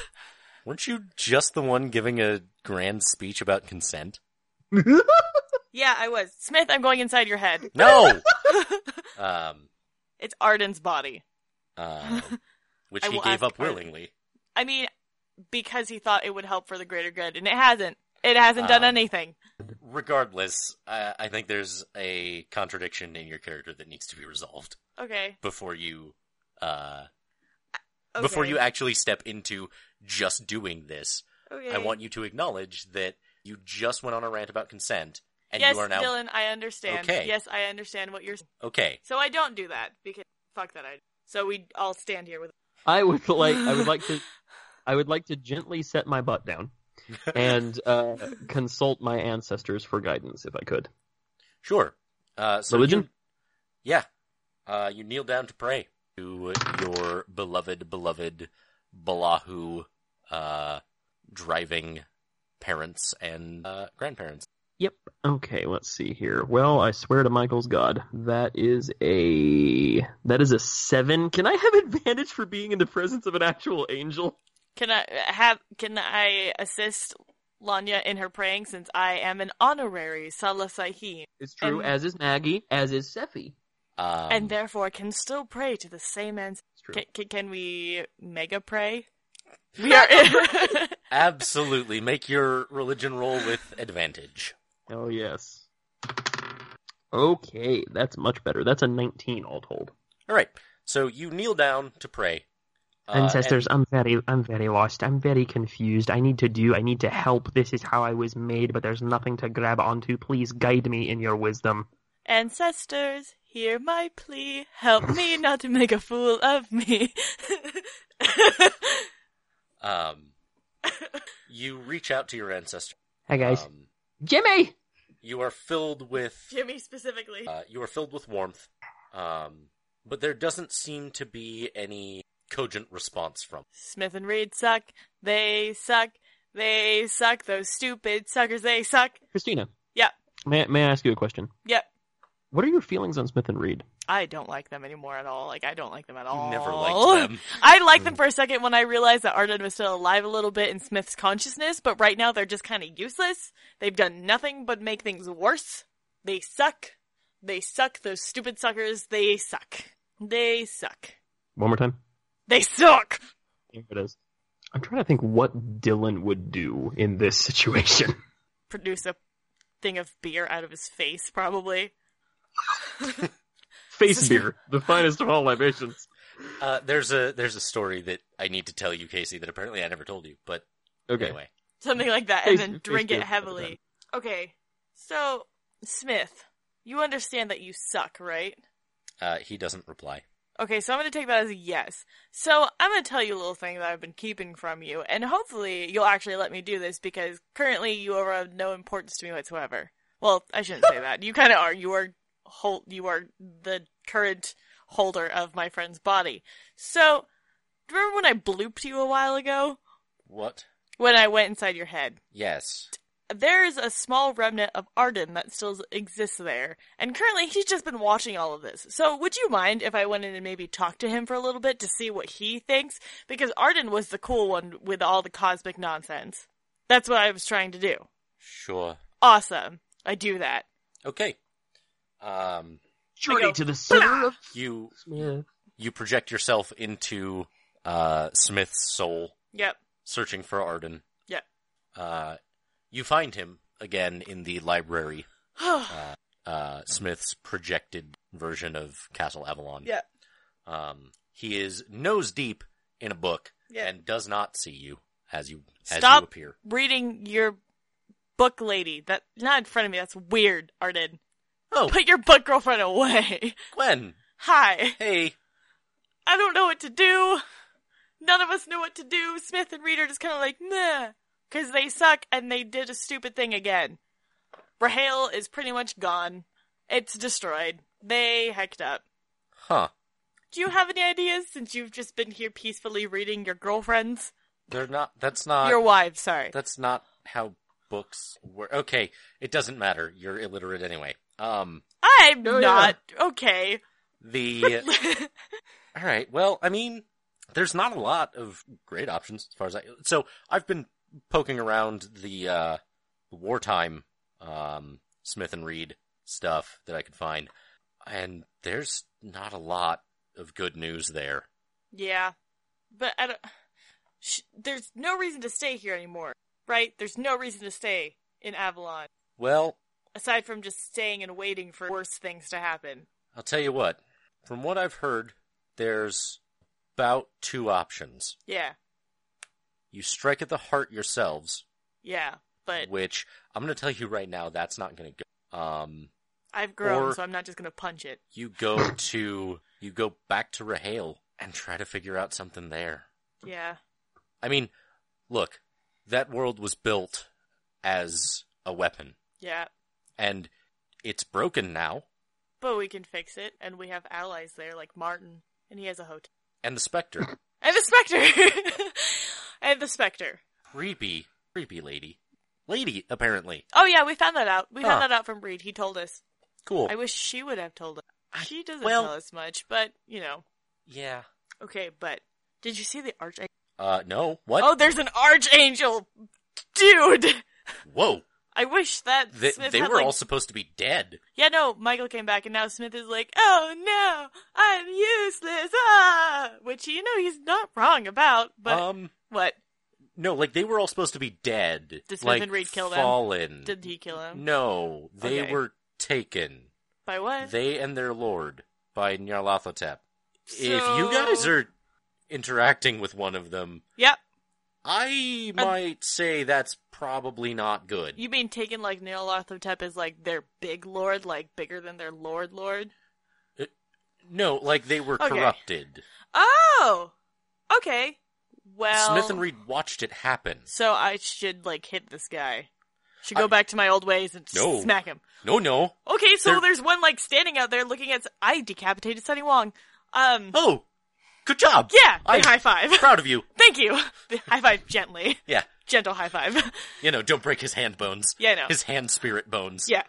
Weren't you just the one giving a grand speech about consent? Yeah, I was Smith. I'm going inside your head. *laughs* No. um. It's Arden's body. Uh, which I he will gave ask up Arden. willingly. I mean, because he thought it would help for the greater good, and it hasn't. It hasn't done Um, anything. Regardless, I, I think there's a contradiction in your character that needs to be resolved Okay. before you, uh, okay. before you actually step into just doing this. Okay. I want you to acknowledge that you just went on a rant about consent, and yes, you are now Dylan, I understand. Okay. Yes, I understand what you're. okay. *laughs* So I don't do that because fuck that. I. So we all stand here with. *laughs* I would like I would like to I would like to gently set my butt down and uh, consult my ancestors for guidance if I could. Sure. Uh, so Religion? you- yeah. Uh, you kneel down to pray to your beloved, beloved Balahu uh, driving parents and uh, grandparents. Okay, let's see here. Well, I swear to Michael's God, that is a that is a seven. Can I have *laughs* advantage for being in the presence of an actual angel? Can I have? Can I assist Lanya in her praying since I am an honorary Salasahin It's true, And- as is Maggie, as is Sephi. Um, and *laughs* therefore can still pray to the same end? It's true. Can, can, can we mega pray? We are. In- *laughs* absolutely make your religion roll with advantage. Oh yes. Okay, that's much better. That's a nineteen all told. All right. So you kneel down to pray. Uh, and- Ancestors, I'm very, I'm very lost. I'm very confused. I need to do. I need to help. This is how I was made, but there's nothing to grab onto. Please guide me in your wisdom. Ancestors, hear my plea. Help me not to make a fool of me. *laughs* *laughs* um, you reach out to your ancestor. Hi guys, Um, Jimmy. you are filled with Jimmy specifically. Uh, you are filled with warmth, um, but there doesn't seem to be any cogent response from. Smith and Reed suck. They suck. They suck. Those stupid suckers, they suck. Christina. Yeah. May May I ask you a question? Yep. What are your feelings on Smith and Reed? I don't like them anymore at all. Like, I don't like them at all. You never liked them. *laughs* I liked them for a second when I realized that Arden was still alive a little bit in Smith's consciousness, but right now they're just kind of useless. They've done nothing but make things worse. They suck. They suck. Those stupid suckers. They suck. They suck. One more time. They suck. Here it is. I'm trying to think what Dylan would do in this *laughs* situation. Produce a thing of beer out of his face, probably. Face beer, the finest of all libations. Uh, there's a there's a story that I need to tell you, Casey, that apparently I never told you. But Okay. anyway, Something like that, and Face- then face drink it beer. heavily. Okay. So, Smith, you understand that you suck, right? uh, he doesn't reply. Okay, so I'm going to take that as a yes. So I'm going to tell you a little thing that I've been keeping from you, and hopefully you'll actually let me do this because currently you are of no importance to me whatsoever. Well, I shouldn't say that. You kind of are. You are hold. You are the current holder of my friend's body. So do you remember when I blooped you a while ago What? when I went inside your head? Yes. there is a small remnant of Arden that still exists there, and currently he's just been watching all of this. So, would you mind if I went in and maybe talked to him for a little bit to see what he thinks? Because Arden was the cool one with all the cosmic nonsense. That's what I was trying to do. Sure. Awesome. I do that. Okay. Um, I go, Journey to the center of you Smith. you project yourself into uh, Smith's soul, Yep. *sighs* searching for Arden. Yeah. Uh, you find him again in the library. uh, Smith's projected version of Castle Avalon. Yeah. Um, he is nose deep in a book Yeah. and does not see you as you as Stop. you appear. Reading your book, lady. That not in front of me. That's weird, Arden. Oh, Put your book girlfriend away. *laughs* Gwen. Hi. Hey. I don't know what to do. None of us know what to do. Smith and Reed are just kind of like, meh, because they suck and they did a stupid thing again. Rahale is pretty much gone. It's destroyed. They hecked up. Huh. Do you have any ideas since you've just been here peacefully reading your girlfriends? They're not that's Uh, not your wives, sorry. that's not how books work. Okay, it doesn't matter. You're illiterate anyway. Um I'm Oh, yeah. not. Okay. The all right. Well, I mean, there's not a lot of great options as far as I. So I've been poking around the uh, wartime um, Smith and Reed stuff that I could find, and there's not a lot of good news there. *laughs* yeah, but I don't. Sh- there's no reason to stay here anymore, right? There's no reason to stay in Avalon Well, aside from just staying and waiting for worse things to happen. I'll tell you what. From what I've heard, there's about two options. Yeah, You strike at the heart yourselves, yeah. But which I'm going to tell you right now, that's not going to go. Um, I've grown, or- so I'm not just gonna punch it. you go to you go back to Rahale and try to figure out something there. Yeah, I mean, look, that world was built as a weapon, yeah. and it's broken now. But we can fix it, and we have allies there, like Martin, and he has a hotel. And the *laughs* Spectre, And the Spectre! *laughs* and the Spectre. creepy, creepy lady, lady apparently. Oh yeah, we found that out. We Huh. found that out from Reed. He told us. Cool. I wish she would have told us. I- She doesn't well- tell us much, but you know. yeah. Okay, but did you see the archangel? Uh, no. What? Oh, there's an archangel, dude. Whoa. I wish that They, Smith they had, were like- all supposed to be dead. Yeah, no. Michael came back, and now Smith is like, "Oh no, I'm useless." Ah, which you know he's not wrong about. But um, what no, like they were all supposed to be dead. Did Smith like, and Reed kill them? fallen. did he kill him? No, they Okay. were taken. By what? They and their lord by Nyarlathotep. If you So- guys are interacting with one of them, Yep. I Uh, might say that's probably not good. You mean taken like Nyarlathotep is like their big lord, like bigger than their lord lord? no, like they were Okay. corrupted. Oh, okay. Well, Smith and Reed watched it happen. So I should like hit this guy. Should go I- back to my old ways and No. smack him. No, no. Okay, so There- there's one like standing out there looking at. I decapitated Sunny Wong. Um, Oh, good job. yeah, I- big high five. *laughs* Proud of you. Thank you. *laughs* high five gently, Yeah, gentle high five. *laughs* you know, don't break his hand bones. yeah, I know. His hand spirit bones. Yeah.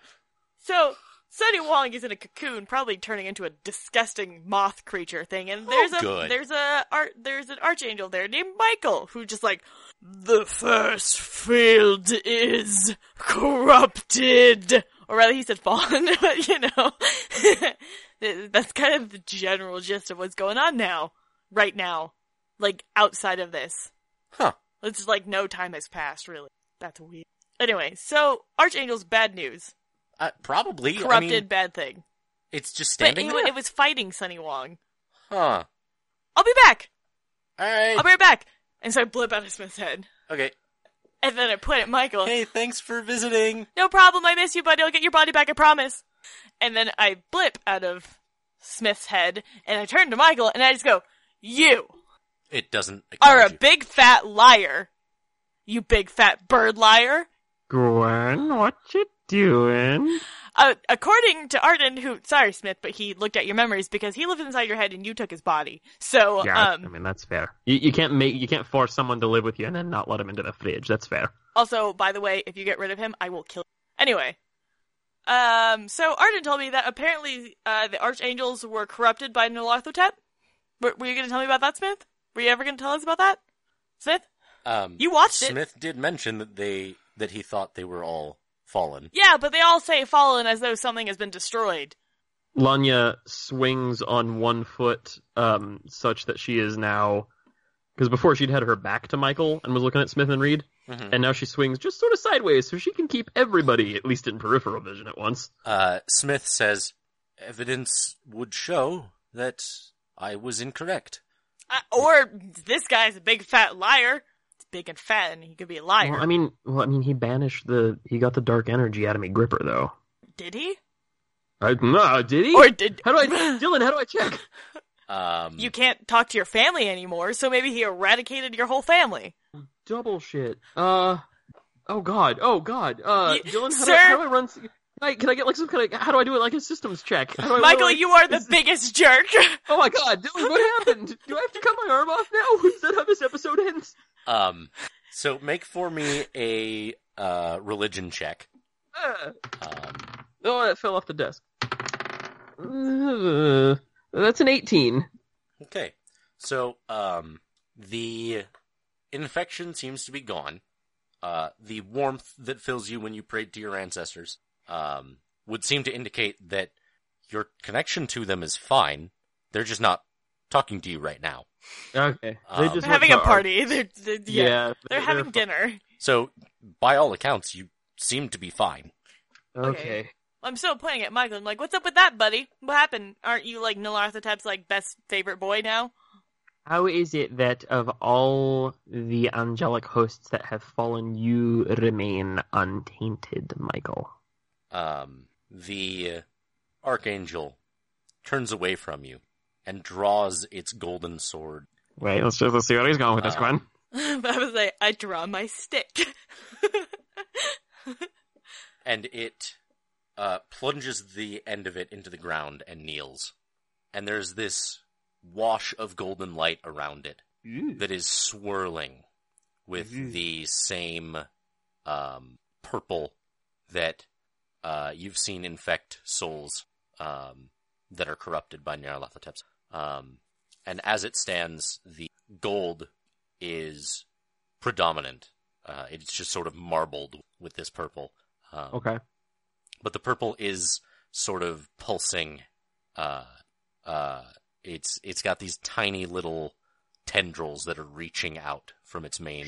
So Sunny Wong is in a cocoon, probably turning into a disgusting moth creature thing, and there's a Oh, good. there's a art there's an archangel there named Michael who just like the first field is corrupted, or rather he said fallen, but *laughs* you know Th- that's kind of the general gist of what's going on now, right now, like outside of this. Huh. It's just like no time has passed, really. That's weird. Anyway, so Archangel's bad news Uh, probably. corrupted I mean, bad thing. it's just But standing it, there. it was fighting Sunny Wong. huh. I'll be back. All right. I'll be right back. And so I blip out of Smith's head, okay. and then I point at Michael. Hey, thanks for visiting. No problem. I miss you, buddy. I'll get your body back. I promise. And then I blip out of Smith's head, and I turn to Michael, and I just go, "You It doesn't. are a acknowledge you. big fat liar. You big fat bird liar." Gwen, what you doing? Uh, according to Arden, who sorry Smith, but he looked at your memories because he lived inside your head and you took his body. So yeah, um, I mean that's fair. You, you can't make you can't force someone to live with you and then not let them into the fridge. That's fair. Also, by the way, if you get rid of him, I will kill. Anyway, um, so Arden told me that apparently uh, the archangels were corrupted by Nyarlathotep. Were, were you going to tell me about that, Smith? Were you ever going to tell us about that, Smith? Um, You watched it. Smith did mention that they that he thought they were all fallen. Yeah, but they all say fallen as though something has been destroyed. Lanya swings on one foot, um, such that she is now because before she'd had her back to Michael and was looking at Smith and Reed, Mhm. Mm-hmm. and now she swings just sort of sideways so she can keep everybody at least in peripheral vision at once. Uh, Smith says evidence would show that I was incorrect. Uh, or this guy's a big fat liar. It's big and fat, and he could be a liar. Well, I mean, well, I mean, he banished the he got the dark energy out of me, Gripper though. did he? I, no, did he? Or did how do I, *laughs* Dylan? How do I check? Um, you can't talk to your family anymore? So maybe he eradicated your whole family. Double shit. Uh, oh god. Oh god. Uh, You- Dylan, how, do sir? I, how do I run? s- Can I, can I get like some kind of? How do I do it like a systems check? How do I Michael, roll, like- you are the is- biggest jerk. *laughs* Oh my god, Dylan, what happened? Do I have to cut my arm off now? *laughs* Is that how this episode ends? um, so make for me a uh, religion check. Uh, Um, oh, it fell off the desk. Uh, That's an 18. Okay. So, um, the infection seems to be gone. Uh, the warmth that fills you when you prayed to your ancestors, um, would seem to indicate that your connection to them is fine. They're just not talking to you right now. Okay. Um, they just They're went having to a our- party. *laughs* They're, they're- yeah, Yeah. they're, having dinner. So, by all accounts, you seem to be fine. Okay. I'm still pointing at Michael. I'm like, "What's up with that, buddy? What happened? Aren't you like Nilarthotep's like best favorite boy now?" *laughs* How is it that of all the angelic hosts that have fallen, you remain untainted, Michael? um, the archangel turns away from you and draws its golden sword. Wait, let's just let's see where he's going with this Uh, one. but I was like, "I draw my stick." *laughs* And it uh, plunges the end of it into the ground and kneels. And there's this wash of golden light around it that is swirling with Mhm. the same um, purple that uh, you've seen infect souls um, that are corrupted by Nyarlathotep's. Um, and as it stands, the gold is predominant. Uh, it's just sort of marbled with this purple. Um, Okay. But the purple is sort of pulsing. Uh, uh, it's it's got these tiny little tendrils that are reaching out from its main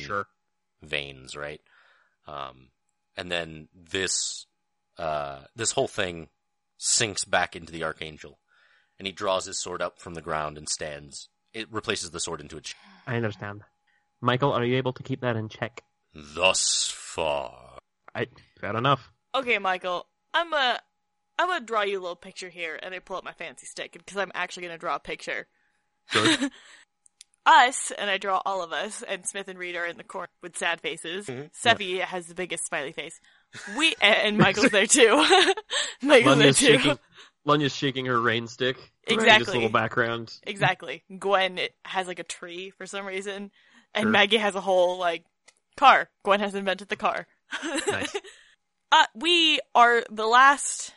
veins, right? Um, and then this uh, this whole thing sinks back into the archangel, and he draws his sword up from the ground and stands. It replaces the sword into its. I understand. Michael, are you able to keep that in check? Thus far, I fair enough. okay, Michael, I'm a. I'm gonna draw you a little picture here, and I pull out my fancy stick because I'm actually gonna draw a picture. *laughs* Good. us, and I draw all of us, and Smith and Reed are in the corner with sad faces. Mm-hmm. Mhm. Seffi has the biggest smiley face. We and Michael's there too. *laughs* Michael's there Lunya's too. shaking, Lunya's shaking her rain stick. Exactly. Just a little *laughs* background. Exactly. Gwen has like a tree for some reason, and Sure. Maggie has a whole like car. Gwen has invented the car. *laughs* Nice. Uh, we are the last,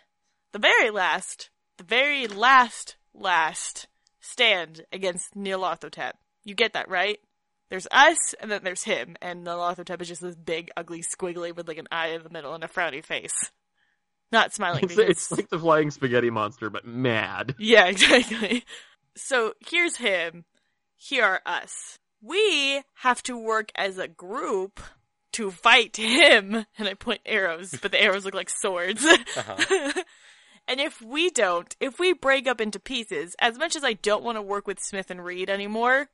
the very last, the very last, last stand against Nyarlathotep. You get that, right? There's us, and then there's him, and Nyarlathotep is just this big, ugly, squiggly with like an eye in the middle and a frowny face. Not smiling. It's, because- it's like the flying spaghetti monster, but mad. *laughs* yeah, exactly. So here's him. Here are us. We have to work as a group to fight him. *laughs* And I point arrows, but the arrows look like swords. *laughs* and if we don't, if we break up into pieces, as much as I don't want to work with Smith and Reed anymore,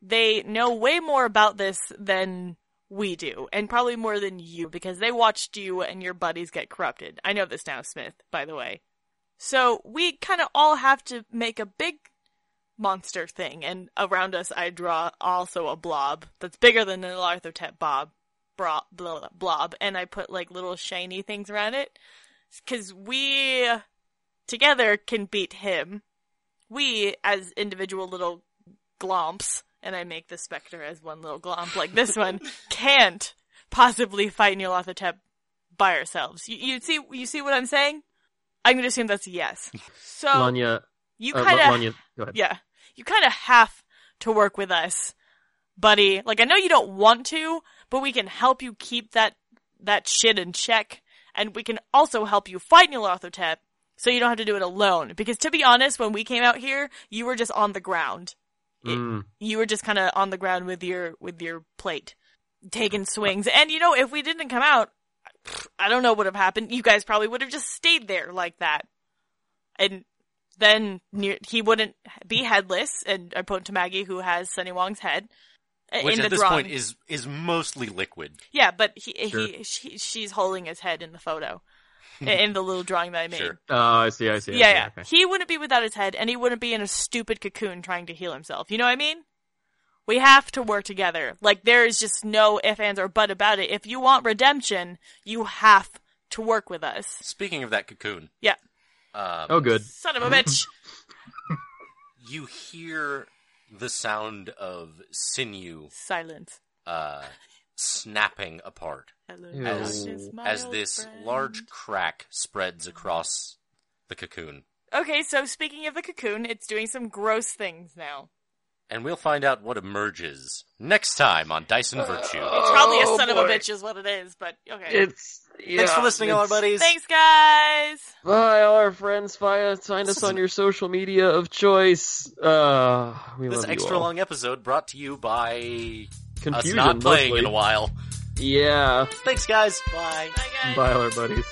they know way more about this than we do, and probably more than you, because they watched you and your buddies get corrupted. I know this now, Smith, by the way. So we kind of all have to make a big monster thing, and around us I draw also a blob that's bigger than an Arthotep bob, bro- blo- blob, and I put like little shiny things around it, because we together can beat him. We as individual little glomps, and I make the specter as one little glomp like this one can't possibly fight Nyarlathotep by ourselves. You, you see, you see what I'm saying? I'm going to assume that's a yes. So Lanya, you uh, kind of Lanya, go ahead. yeah. You kind of have to work with us, buddy. Like I know you don't want to, but we can help you keep that that shit in check and we can also help you fight Nyarlathotep so you don't have to do it alone because to be honest, when we came out here, you were just on the ground. Yeah. Mm. You were just kind of on the ground with your with your plate taking swings. And you know, if we didn't come out, I don't know what would have happened. You guys probably would have just stayed there like that. And then near, he wouldn't be headless, and I point to Maggie, who has Sunny Wong's head uh, which in the at this drawing. point is is mostly liquid. yeah, but he, Sure. he she, she's holding his head in the photo, *laughs* in the little drawing that I made. Sure. Oh, I see, I see. I Yeah, see, yeah. okay. He wouldn't be without his head, and he wouldn't be in a stupid cocoon trying to heal himself. You know what I mean? We have to work together. Like, there is just no if, ands, or but about it. If you want redemption, you have to work with us. Speaking of that cocoon, Yeah. um, Oh, good. Son of a *laughs* bitch. you hear the sound of sinew Silence. uh, snapping apart Hello, As- darkness, my as old this friend. large crack spreads across the cocoon. Okay, so speaking of the cocoon, it's doing some gross things now. And we'll find out what emerges next time on Dyson Virtue. It's probably a Oh, son of a boy. bitch, is what it is, but okay. It's yeah, Thanks for listening, all our it's- buddies. Thanks, guys! Bye, all our friends. Find us, find *laughs* us on your social media of choice. Uh, we This love you extra all. long episode brought to you by Confusion, us not playing mostly. in a while. Yeah. Thanks, guys. Bye. Bye, guys! Bye, all our buddies.